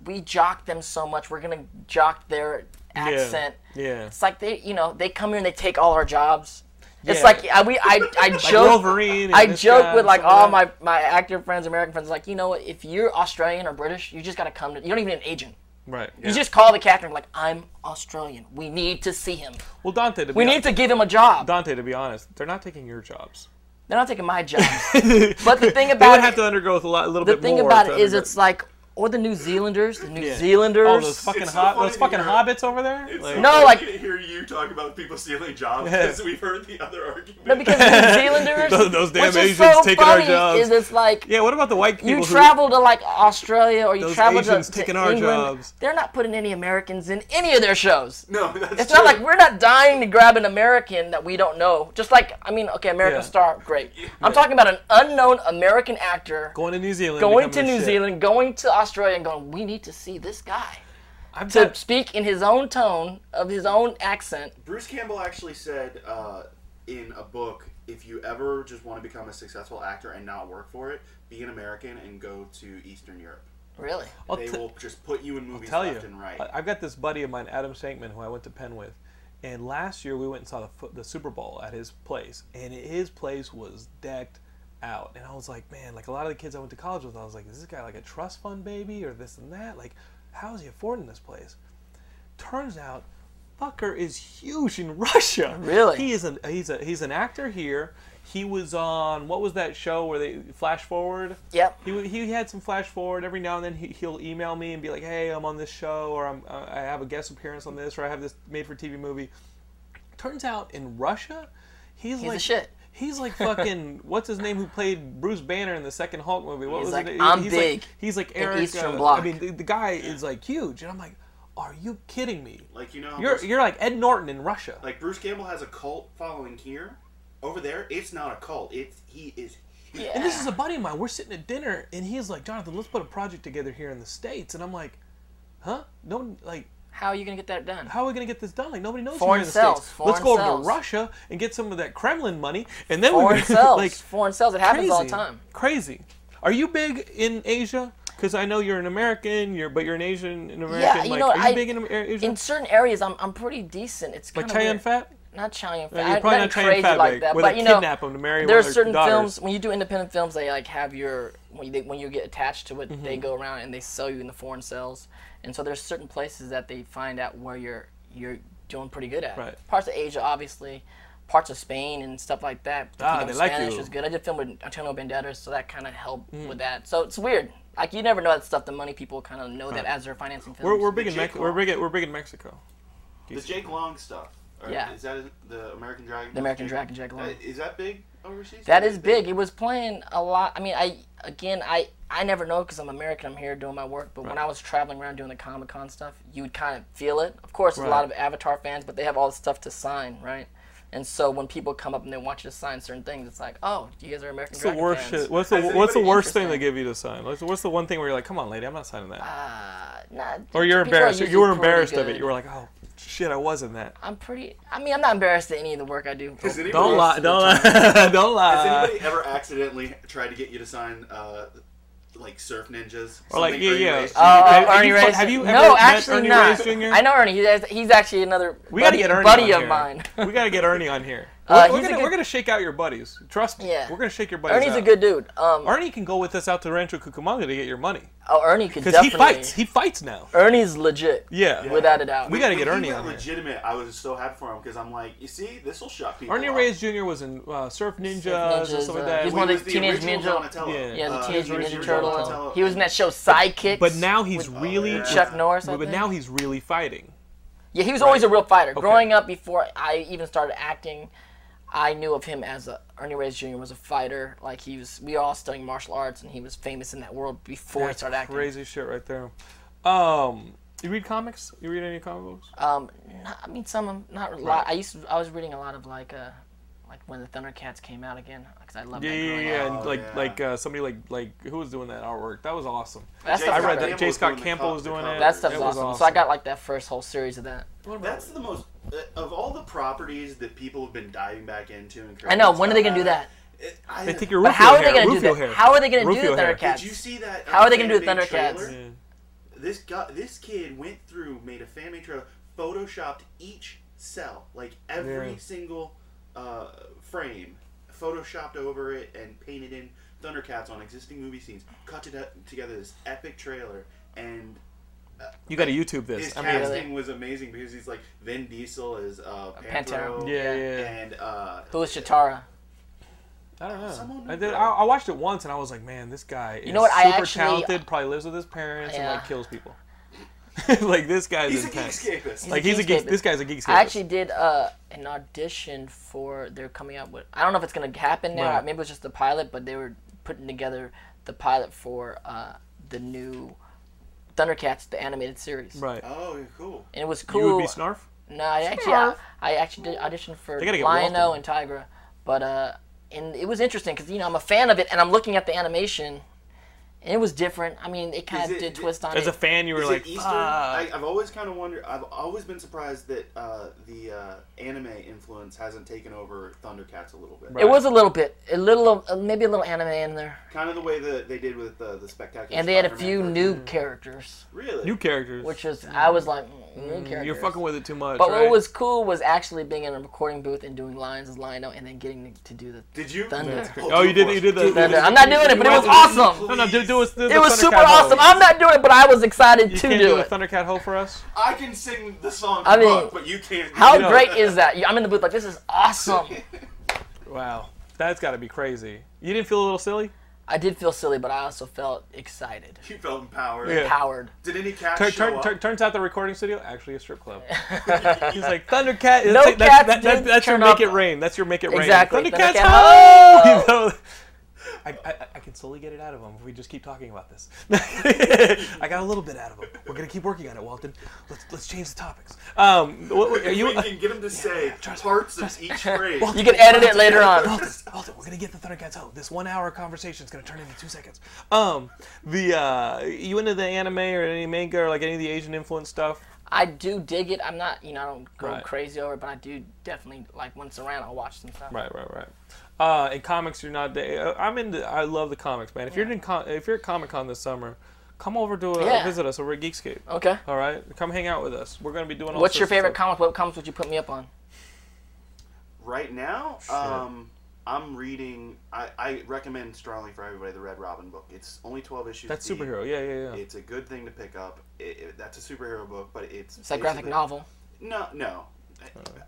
we jock them so much. We're gonna jock their
yeah.
accent.
Yeah.
It's like they, you know, they come here and they take all our jobs. It's
Yeah.
like I we I I
Like
joke.
Wolverine. and
I
this guy
joke with
and
like
stuff
all
that.
my, my actor friends, American friends, like, you know what, if you're Australian or British, you just gotta come to you don't even need an agent.
right.
You just call the captain like, I'm Australian. We need to see him.
Well, Dante. To be
We
hon-
need to give him a job.
Dante. To be honest, they're not taking your jobs.
They're not taking my job. but the thing
They
about
would have
it-
to undergo with a, lot, a little
the
bit
thing
more.
about
to
it is
undergo-
it's like or the New Zealanders, the New
Yeah.
Zealanders.
Oh, those fucking
It's so
hob-
funny
those fucking
to hear.
hobbits over there. Like,
No,
I
like-
can't hear you talk about people stealing jobs because we've heard the other argument.
No, because the New Zealanders,
Those- those damn
which is
Asians
so
taking our
funny,
jobs.
is it's like
Yeah. What about the white people?
you
who-
travel to like Australia or you
Those
travel
Asians
to, to
taking our
England,
jobs.
They're not putting any Americans in any of their shows.
no, that's
It's not like we're not dying to grab an American that we don't know. Just like I mean, okay, American
Yeah.
Star, great. I'm talking about an unknown American actor
going to New Zealand.
going to
becoming
New
shit.
Zealand, going to Australia, and going. We need to see this guy
I've
to
got-
speak in his own tone of his own accent.
Bruce Campbell actually said uh, in a book, if you ever just want to become a successful actor and not work for it, be an American and go to Eastern Europe.
Really?
I'll
they
t-
will just put you in movies
tell you.
left and right.
I- I've got this buddy of mine, Adam Shankman, who I went to Penn with, and last year we went and saw the, fo- the Super Bowl at his place, and his place was decked out, and I was like, man, like a lot of the kids I went to college with, I was like, is this guy like a trust fund baby or this and that? Like, how is he affording this place? Turns out. Fucker is huge in Russia.
Really?
He is an he's a he's an actor here. He was on what was that show where they flash forward?
Yep.
He, w- he had some flash forward every now and then. He, he'll email me and be like, "Hey, I'm on this show, or I'm, uh, I have a guest appearance on this, or I have this made-for-TV movie." Turns out in Russia, he's,
He's
like
a shit.
He's like fucking what's his name who played Bruce Banner in the second Hulk movie? What
He's
was
like,
it?
"I'm
he's
big
Like, he's like
in
Eric.
Eastern
uh,
Bloc."
I mean, the, the guy is like huge, and I'm like, "Are you kidding me?
like you know, how
You're
Bruce,
you're like Ed Norton in Russia."
like Bruce Campbell has a cult following here. Over there, it's not a cult. It's he is. huge.
And this is a buddy of mine. We're sitting at dinner, and he's like, "Jonathan, let's put a project together here in the states." And I'm like, "Huh? No, like."
How are you gonna get that done?
how are we going to get this done? Like nobody knows
Foreign
here in the
cells,
states.
foreign
Let's go over
cells.
to Russia and get some of that Kremlin money, and then
foreign
we're
cells,
like
foreign cells. It happens
crazy,
all the time.
Crazy. Are you big in Asia? Because I know you're an American, you're but you're an Asian an American.
you
like,
know,
are you
I-
big in Amer- Asia?
In certain areas, I'm, I'm pretty decent. It's
like
kind
Chow Yun Fat?
Not Cheyenne Fat.
you're
I-
probably
nothing
not Chow Yun
crazy
Fat,
like
but
that.
where
But
they
you know,
kidnap 'em to marry one
there are
of their
certain
daughters.
films when you do independent films. They like have your when you, when you get attached to it,
Mm-hmm.
they go around and they sell you in the foreign cells. And so there's certain places that they find out where you're you're doing pretty good at.
Right.
Parts of Asia, obviously. Parts of Spain and stuff like that.
Ah,
Speaking
they
of
like
Spanish
you. Mm.
was good. I did film with Antonio Banderas, so that kind of helped with that. So it's weird. Like you never know that stuff. The money people kind of know that as they're financing films.
We're, we're big in
Jake
Mexico. We're
Long.
big. At, we're big in Mexico.
The Jake Long stuff. Or
Yeah.
Is that the American Dragon?
The American
Jake-
Dragon, Jake Long.
Uh, Is that big overseas?
That is big. It was playing a lot. I mean, I again, I I never know because I'm American. I'm here doing my work. But when I was traveling around doing the Comic Con stuff, you would kind of feel it. Of course, there's a lot of Avatar fans, but they have all this stuff to sign, right? And so when people come up and they want you to sign certain things, it's like, oh, you guys are American
What's the
Dragon
worst
fans.
shit? What's the
Has
what's the
anybody-
worst thing they give you to sign? What's, what's the one thing where you're like, come on, lady, I'm not signing that.
Uh, nah,
or you're
people are
embarrassed. You
usually
were
pretty
embarrassed of
good.
it. You were like, oh shit, I wasn't that.
I'm pretty. I mean, I'm not embarrassed at any of the work I do.
Has anybody-
Don't lie.
Has
Don't lie. don't lie.
Uh,
anybody ever accidentally tried to get you to sign, uh, like surf ninjas?
Or like,
Something
yeah,
Ernie
yeah.
Reyes Jr.
Oh,
Have you
Ernie
fu-
Reyes.
have you ever
no,
met
actually
Ernie
not.
Reyes Jr.?
I know Ernie. He's, he's actually another
We
buddy,
gotta get Ernie
buddy
on
of
here.
mine.
we gotta get Ernie on here.
Uh,
we're, we're
he's a
gonna,
good-
we're gonna shake out your buddies. Trust me.
Yeah.
We're gonna shake your buddies.
Ernie's a
out.
good dude. Um,
Ernie can go with us out to Rancho Cucamonga to get your money
oh, Ernie could
because
definitely. Er,
he fights. He fights now.
Ernie's legit.
Yeah.
Without a doubt.
We gotta get
When
Ernie
he
on
went
here.
legitimate, I was so happy for him because I'm like, you see, this will shock people.
Ernie
up.
Reyes Jr. was in uh, Surf Ninjas,
Ninjas,
and stuff
uh,
like that.
he's
He
one of
was
the Teenage
original
Ninja-
Donatello.
Yeah.
Yeah, the
Uh,
Teenage
original
Mutant Ninja
Donatello.
Turtle. He was in that show Sidekicks.
but now he's
with
really
yeah.
Chuck Norris. I
But
think.
now he's really fighting.
Yeah, he was always a real fighter. Growing up, before I even started acting, I knew of him as a Ernie Reyes Jr. was a fighter. Like he was, we were all studying martial arts, and he was famous in that world before he
That's
started acting.
crazy shit right there. Um, you read comics? You read any comic books?
Um, not, I mean, some of not a lot. I used to, I was reading a lot of like uh, like when the Thundercats came out again because I love
yeah,
that.
yeah,
growing
yeah.
up.
And like,
yeah.
like uh, somebody like like who was doing that artwork? That was awesome.
That
Jay
stuff
I
was
Scott
read
great.
that. Jay
Campbell's
Scott
doing the
Campbell
co-
was
the
doing
covers.
it.
That stuff's
It was
awesome. So I
awesome.
got like that first whole series of that.
That's the most uh, of all the properties that people have been diving back into. And
I know. When are they gonna do that?
It, I,
They think you're
But
Rufio
how are
hair,
they gonna do
Rufio
that?
hair.
How are they gonna do
Rufio
the
hair.
Thundercats?
Did you see that?
How
uh,
are they gonna do
fan
the
made
Thundercats?
trailer?
Yeah.
This guy, this kid went through, made a fan made trailer, photoshopped each cell, like every
Yeah.
single uh, frame, photoshopped over it and painted in Thundercats on existing movie scenes. Cut it up together this epic trailer, and
You got to YouTube
his
this. I mean,
casting was amazing because he's like Vin Diesel is uh,
Pantera.
Pantera,
yeah, yeah.
and uh,
Who is Chitara?
I don't know.
Someone
I
new
did.
girl.
I, I watched it once and I was like, man, this guy is
know what? I
super
actually-
talented. Probably lives with his parents and
Yeah.
like kills people. like this guy's
he's a
intense.
geekscapist.
like he's a geek.
Geekscape.
This guy's a geek.
I actually did uh, an audition for they're coming out with I don't know if it's gonna happen now.
Right.
Maybe it was just the pilot, but they were putting together the pilot for uh, the new Thundercats, the animated series.
right.
oh, cool.
And it was cool.
You would be Snarf.
No, I actually I, I actually did audition for
gotta get
Lionel and
Walton.
Tigra, but uh, and it was interesting because you know I'm a fan of it and I'm looking at the animation, and it was different. I mean, it kind
Is
of
it-
did twist on
As
it.
a fan, you were
Is
like,
it Easter?
"Fuck."
I, I've always kind of wondered. I've always been surprised that uh, the uh, anime influence hasn't taken over Thundercats a little bit.
it was a little bit, a little of uh, maybe a little anime in there,
Kind of the way that they did with uh, the, the spectacular.
and they had a
Spider-Man
few
version.
new characters,
Really?
new characters.
which was I was like mm, new characters.
You're fucking with it too much.
But
right?
what was cool was actually being in a recording booth and doing lines as Lionel, and then getting to do the
Did you?
Thunder. That's
Oh, you did. You did the.
Thunder. I'm not doing it, but it was awesome.
No, no, do, do us the,
It was super awesome. I'm not doing it, but I was excited
You
to
can't
do,
do,
it.
the Thundercat hole for us.
I can sing the song.
I
I
mean,
but you can't.
How
You know,
great is that? I'm in the booth like this is awesome.
Wow, that's got to be crazy. You didn't feel a little silly?
I did feel silly, but I also felt excited,
You felt empowered.
Yeah.
empowered.
Did any cats
Tur-
show
tur-
up?
tur- turns out the recording studio actually a strip club. He's like Thundercat.
No
that's, that,
cats
that,
didn't
that's your
turn
make
up.
it rain. That's your make it rain.
Exactly.
Thundercats.
Thundercat,
ho! You know, I, I, I can slowly get it out of him if we just keep talking about this. I got a little bit out of him. We're gonna keep working on it, Walton. Let's let's change the topics. Um, what, what- are
You
you?
can get him to say parts of each phrase.
You can edit it later on.
Walton, Walton, we're gonna get the Thundercats home. This one hour conversation is gonna turn into two seconds. Um, the uh, you into the anime or any manga or like any of the Asian influence stuff?
I do dig it. I'm not, you know, I don't go
Right.
crazy over it, but I do definitely like once around I'll watch some stuff.
Right, right, right. Uh, in comics, you're not. uh, I'm into. I love the comics, man. If you're in, com- if you're at Comic Con this summer, come over to uh,
Yeah.
visit us over at Geekscape.
Okay.
All right, come hang out with us. We're gonna be doing. All
What's
sorts
your
of
favorite
stuff.
comic? What comics would you put me up on?
Right now, um, I'm reading. I, I recommend strongly for everybody the Red Robin book. It's only 12 issues.
That's
deep.
superhero. Yeah, yeah, yeah.
It's a good thing to pick up. It, it- that's a superhero book, but it's
It's that graphic
basically-
novel.
No, no.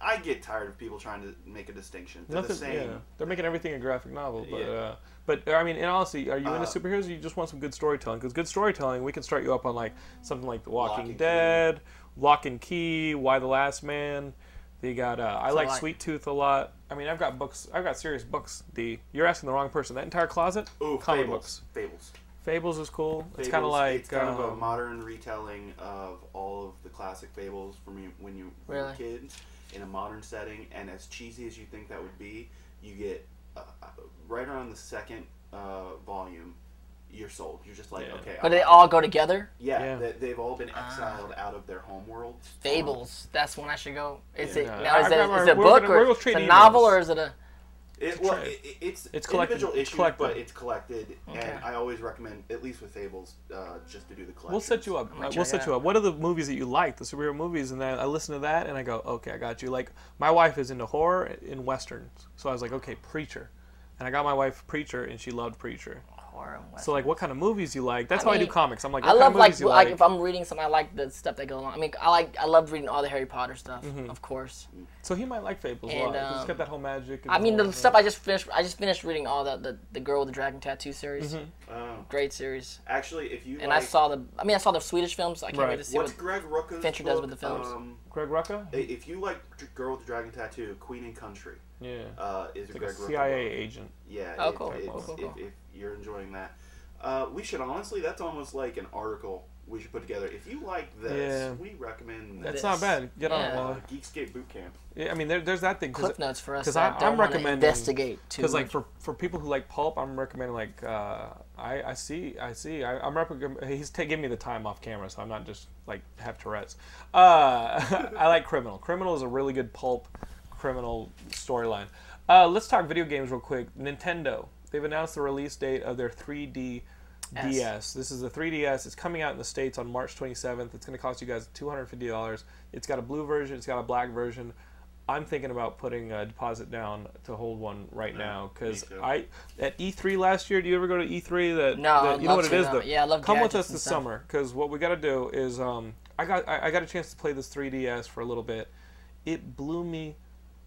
I, I get tired of people trying to make a distinction. They're
Uh. Nothing.
the same.
Yeah. They're making everything a graphic novel, but.
Yeah. Uh,
Uh, but I mean, and honestly, are you into superheroes? Or you just want some good storytelling? Because good storytelling, we can start you up on like something like The Walking
and Key.
Dead, Lock and Key, Why the Last Man. They got. Uh, I like
lot.
Sweet Tooth a lot. I mean, I've got books. I've got serious books. D, you're asking the wrong person. That entire closet.
Ooh,
comic
fables.
books.
Fables.
Fables is cool. it's kind of
Fables,
like
it's kind of a
um,
modern retelling of all of the classic fables from you- when you were
Really?
kids. in a modern setting, and as cheesy as you think that would be, you get uh, uh, right around the second uh, volume, you're sold. You're just like,
Yeah.
okay.
But Ah.
I'm-
they all go together.
yeah,
Yeah.
They, they've all been exiled out of their home world.
Fables. That's when I should go. Is it
Yeah.
now? Is
I
it,
remember-
is it a
we're
book
gonna- we're
or
gonna
it's
trade
a
emails.
novel or is it a?
It, well,
try it.
it, it's
It's
it's
collected-
individual
it's
issues,
collected.
but it's collected,
Okay.
and I always recommend, at least with Fables, uh, just to do the collection.
We'll set you up.
gonna
Uh,
check
We'll
it
set you
out.
up. What are the movies that you like, the superhero movies? And then I listen to that and I go, okay, I got you. Like my wife is into horror in westerns, so I was like, okay, Preacher, and I got my wife Preacher, and she loved Preacher.
Horror and
So like, what kind of movies you like? That's
I
how I do
mean,
comics. I'm like,
I
what
love
kind of
like,
movies you
like
like?
if I'm reading something, I like the stuff that goes along. I mean, I like I love reading all the Harry Potter stuff,
Mm-hmm.
of course.
so he might like Fables a lot.
And,
'cause it's
um,
got that whole magic. And
I mean,
whole-
the stuff I just finished. I just finished reading all the the, the girl with the dragon tattoo series.
Mm-hmm.
Oh.
Great series.
Actually, if you
And
like,
I saw the. I mean, I saw the Swedish films. I can't
Right.
wait to see
what's
what.
Greg Rucka's
Fincher does
book?
with the films.
Um,
Greg Rucka.
i- if you like Dr- Girl with the Dragon Tattoo, Queen and Country
Yeah.
uh, is
Like
Greg
a
Rucka
CIA
book.
agent.
Yeah.
Oh,
it-
cool,
it's-
cool, cool,
if,
cool.
if you're enjoying that, uh, we should honestly. That's almost like an article we should put together. If you like this,
Yeah.
we recommend
That's
this.
not bad. Get on it,
Yeah.
Uh,
Wally.
Geekscape Bootcamp.
Yeah, I mean, there, there's that thing.
Cliff notes for us
Because
that don't
I'm
wanna
recommending
investigate too
Because like
much.
for, for people who like pulp, I'm recommending like uh, I I see I see I, I'm recommending he's ta- giving me the time off camera, so I'm not just like have Tourette's. Uh, I like Criminal. Criminal is a really good pulp criminal storyline. Uh, let's talk video games real quick. Nintendo. They've announced the release date of their 3D
S.
DS. This is the 3DS. It's coming out in the States on March 27th. It's going to cost you guys $250. It's got a blue version, it's got a black version. I'm thinking about putting a deposit down to hold one right now because
too.
I at E3 last year. Do you ever go to E3? That
No,
that-
I'd
you know
love
what it
to,
is
though.
though.
Yeah, I love
Come with us
gadgets and
this
stuff.
summer because what we got to do is um, I got I, I got a chance to play this 3DS for a little bit. It blew me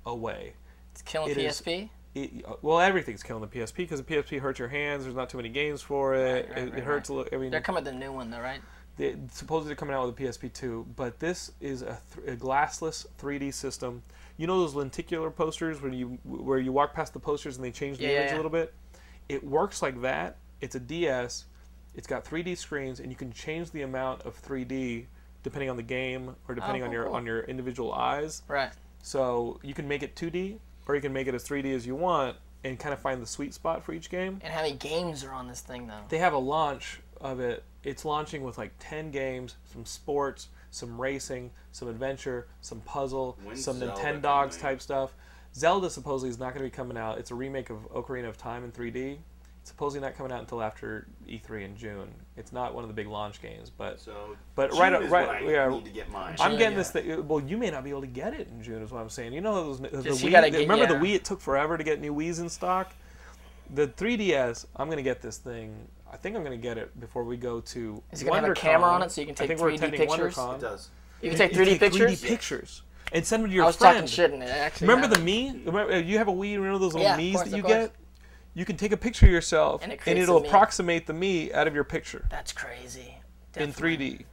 away.
It's killing
it is-
PSP.
It, well, everything's killing the PSP because the PSP hurts your hands. There's not too many games for it. it,
right,
it
right,
hurts
right.
a little. I mean,
They're coming with the new one though, right?
they, supposedly they're coming out with a PSP 2, but this is a, th- a glassless 3D system. You know those lenticular posters where you where you walk past the posters and they change the
Yeah, yeah,
image
yeah.
a little bit? It works like that. It's a DS. It's got 3D screens and you can change the amount of 3D depending on the game or depending on
Oh, cool,
your
cool.
on your individual eyes.
Right.
So you can make it 2D or you can make it as 3D as you want and kind of find the sweet spot for each game
And how many games are on this thing though?
they have a launch of it. It's launching with like 10 games, some sports, some racing, some adventure, some puzzle,
When's
some
Zelda
Nintendo Dogs
coming?
type stuff. Zelda supposedly is not going to be coming out. It's a remake of Ocarina of Time in 3D. It's supposedly not coming out until after E3 in June. It's not one of the big launch games, but
So,
But
June
right-
is
right-
when I
yeah.
need to get mine.
I'm getting
yeah.
this thing. Well, you may not be able to get it in June, is what I'm saying. You know those the
Just you
Wii.
gotta get-
remember the
yeah.
Wii? It took forever to get new Wii's in stock. The 3DS. I'm gonna get this thing. I think I'm gonna get it before we go to.
Is it gonna have a camera on it so you can
I
take
think we're
3D
attending
pictures?
WonderCon.
It does.
You can take
You
3D
take
pictures.
3D pictures and send them to your
I was
friend.
talking shit in it. Actually,
Remember
happened.
the me? Remember, uh, you have a Wii. Remember those little
Yeah, of
me's
course,
that
of
you
course.
get? You can take a picture of yourself,
And it
and
creates
it'll
a me.
approximate the me out of your picture
That's crazy.
in
Definitely.
3D.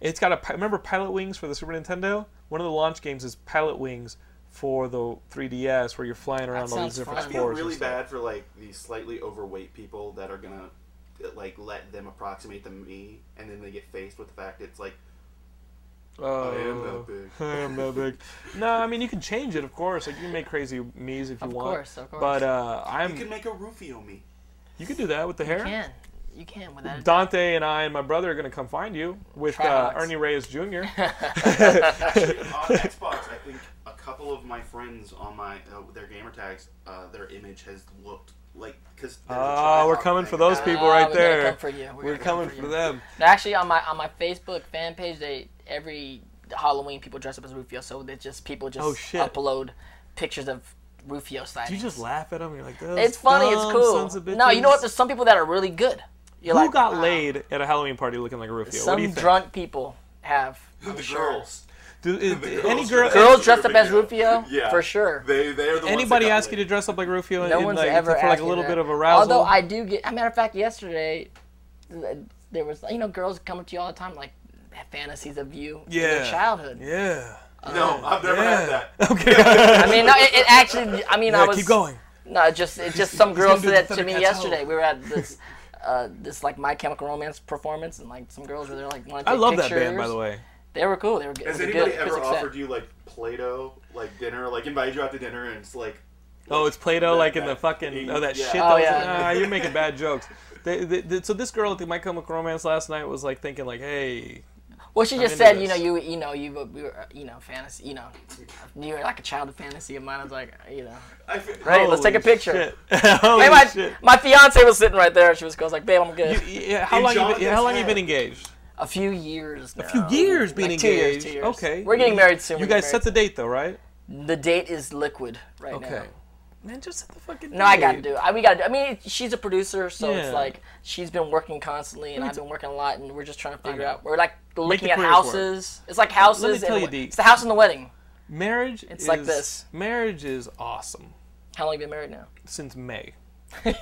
It's got a pi- remember Pilot Wings for the Super Nintendo. One of the launch games is Pilot Wings for the 3DS, where you're flying around all these
sounds
different
fun.
I feel
spores. and
really
stuff.
bad for like these slightly overweight people that are gonna like let them approximate the me, and then they get faced with the fact it's like
Oh,
I am that big.
I am that big. no, I mean you can change it, of course. Like you can make crazy me's if you want.
course, of course.
But uh, I'm.
You can make a Rufio me.
you can do that with the hair.
You can. You can with that.
Dante and I and my brother are going to come find you with uh,
Trilox.
Ernie Reyes Uh, Jr.
Actually, on Xbox, I think a couple of my friends on my uh, their gamer tags, uh, their image has looked like because.
Oh, we're coming for those people right
we're gonna
there.
come for you. We're
We're,
gonna come
coming
for
for,
you.
them.
Actually, on my on my Facebook fan page, they every Halloween people dress up as Rufio, so they just people just
Oh, shit.
upload pictures of Rufio
Do
sightings.
you just laugh at them? You're like, "Those
It's funny.
dumb
It's
sons of
cool. No, you know
bitches."
what? There's some people that are really good. You're
Who
like,
got
wow.
laid at a Halloween party looking like a Rufio? what do you
Some
think?
drunk people have. I'm
The
sure.
girls.
Do- is-
girls
any
do
girl,
that.
Girls dressed up as Rufio,
Yeah,
for sure.
They they are the
anybody
ones
ask
that got
you to
laid.
dress up like Rufio
No
in,
one's
like,
ever
for like
asked
a
me
little
that.
bit of arousal?
Although I do get, as a matter of fact, yesterday th- there was you know girls coming to you all the time like have fantasies of you in
yeah,
their childhood.
Yeah.
No, I've never had that.
Okay.
I mean, no, it, it actually. I mean, I
Yeah,
was
keep going.
No, it just it just some girl
gonna do
said
the
that to me
Thundercats
yesterday.
howl.
We were at this. Uh, this like My Chemical Romance performance, and like some girls were there like wanting to
I
take
love
pictures.
that band, by the way.
They were cool. They were good.
Has
it was a
anybody
good, it was
ever
a set.
offered you like Play-Doh like dinner, like invite you out to dinner, and it's like
Oh, it's Play-Doh,
That-
like in the
that
fucking
thing,
oh that
yeah.
shit.
Oh,
that was-
yeah.
Nah, you're making bad jokes. They, they, they- so this girl at the My Chemical Romance last night was like thinking like, hey,
Well, she just
into
said, you know,
this.
you you know, you were- we were, you know, fantasy, you know, you were like a child of fantasy of mine. I was like, you know,
I feel,
right? let's take a
"Holy
picture.
shit." Holy
Babe, I,
shit.
my fiance was sitting right there, and she was goes like, "Babe, I'm good."
You- yeah, how
In
long you been,
Jonathan's
how long you
head.
been engaged?
a few years. Now. A
few years being
like two
engaged.
years, two years.
Okay.
We're getting married soon.
You
we're getting
guys set the date though, right?
married. the date is liquid right now.
Okay. Man, just set the fucking date.
No, I gotta do. it. I we gotta. Do, I mean, she's a producer, so
Yeah.
it's like she's been working constantly, and I've been working a lot, and we're just trying to figure
know.
out. We're like looking
the
at
careers work.
houses. It's like houses.
tell
and,
you, Dee.
It's the house and the wedding.
Marriage
It's
is
like this.
Marriage is awesome
How long you been married now?
since May.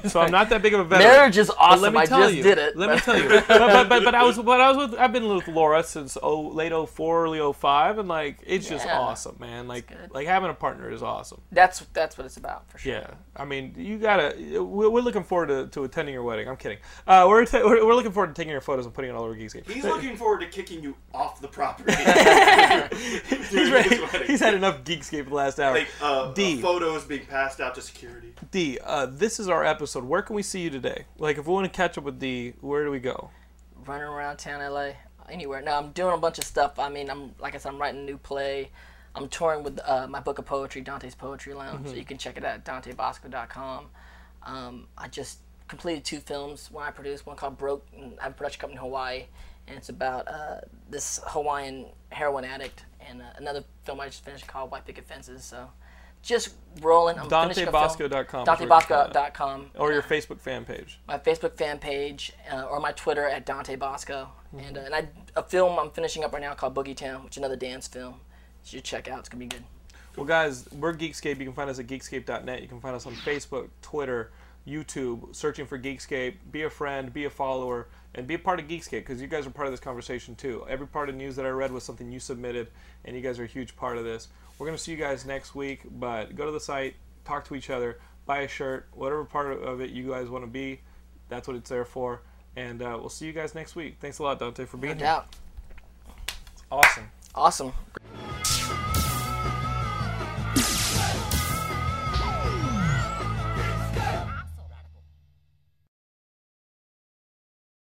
So I'm not that big of a veteran.
Marriage is
But
awesome. I just
you,
did it.
Let
but-
me tell you. But, but, but, but I was but I was with I've been with Laura since oh, late 04, early 05, and like it's just
Yeah.
awesome, man. Like
good.
like having a partner is awesome.
That's that's what it's about for sure.
Yeah, I mean, you gotta. We're, we're looking forward to, to attending your wedding. I'm kidding. Uh, we're, att- we're we're looking forward to taking your photos and putting it all over Geeks Game.
he's looking forward to kicking you off the property.
He's,
During
ready.
his wedding.
he's had enough Geekscape the last hour.
like uh,
D.
photos being passed out to security.
D, uh, this is our episode. Where can we see you today? Like, if we want to catch up with D, where do we go?
Running around town, LA, anywhere. No, I'm doing a bunch of stuff. I mean, I'm like I said, I'm writing a new play. I'm touring with uh, my book of poetry, Dante's Poetry Lounge.
Mm-hmm.
So you can check it out at DanteBosco.com. Um, I just completed two films. One I produced, one called Broke. And I have a production company in Hawaii, and it's about uh, this Hawaiian heroin addict. And uh, another film I just finished called White Picket Fences. So just rolling. I'm finishing a
DanteBosco.com
film.
is where you can find that.
DanteBosco.com
Or your Facebook fan page?
my Facebook fan page uh, or my Twitter at Dante Bosco. And, uh, and I, a film I'm finishing up right now called Boogie Town, which is another dance film. You should check out. It's going to be good.
Well, guys, we're Geekscape. You can find us at geekscape.net. You can find us on Facebook, Twitter, YouTube, searching for Geekscape. Be a friend, be a follower, and be a part of Geekscape because you guys are part of this conversation too. Every part of news that I read was something you submitted, and you guys are a huge part of this. We're going to see you guys next week, but go to the site, talk to each other, buy a shirt, whatever part of it you guys want to be. That's what it's there for. And Mm-hmm. uh, we'll see you guys next week. Thanks a lot, Dante, for being
No
here.
doubt.
Awesome.
Awesome.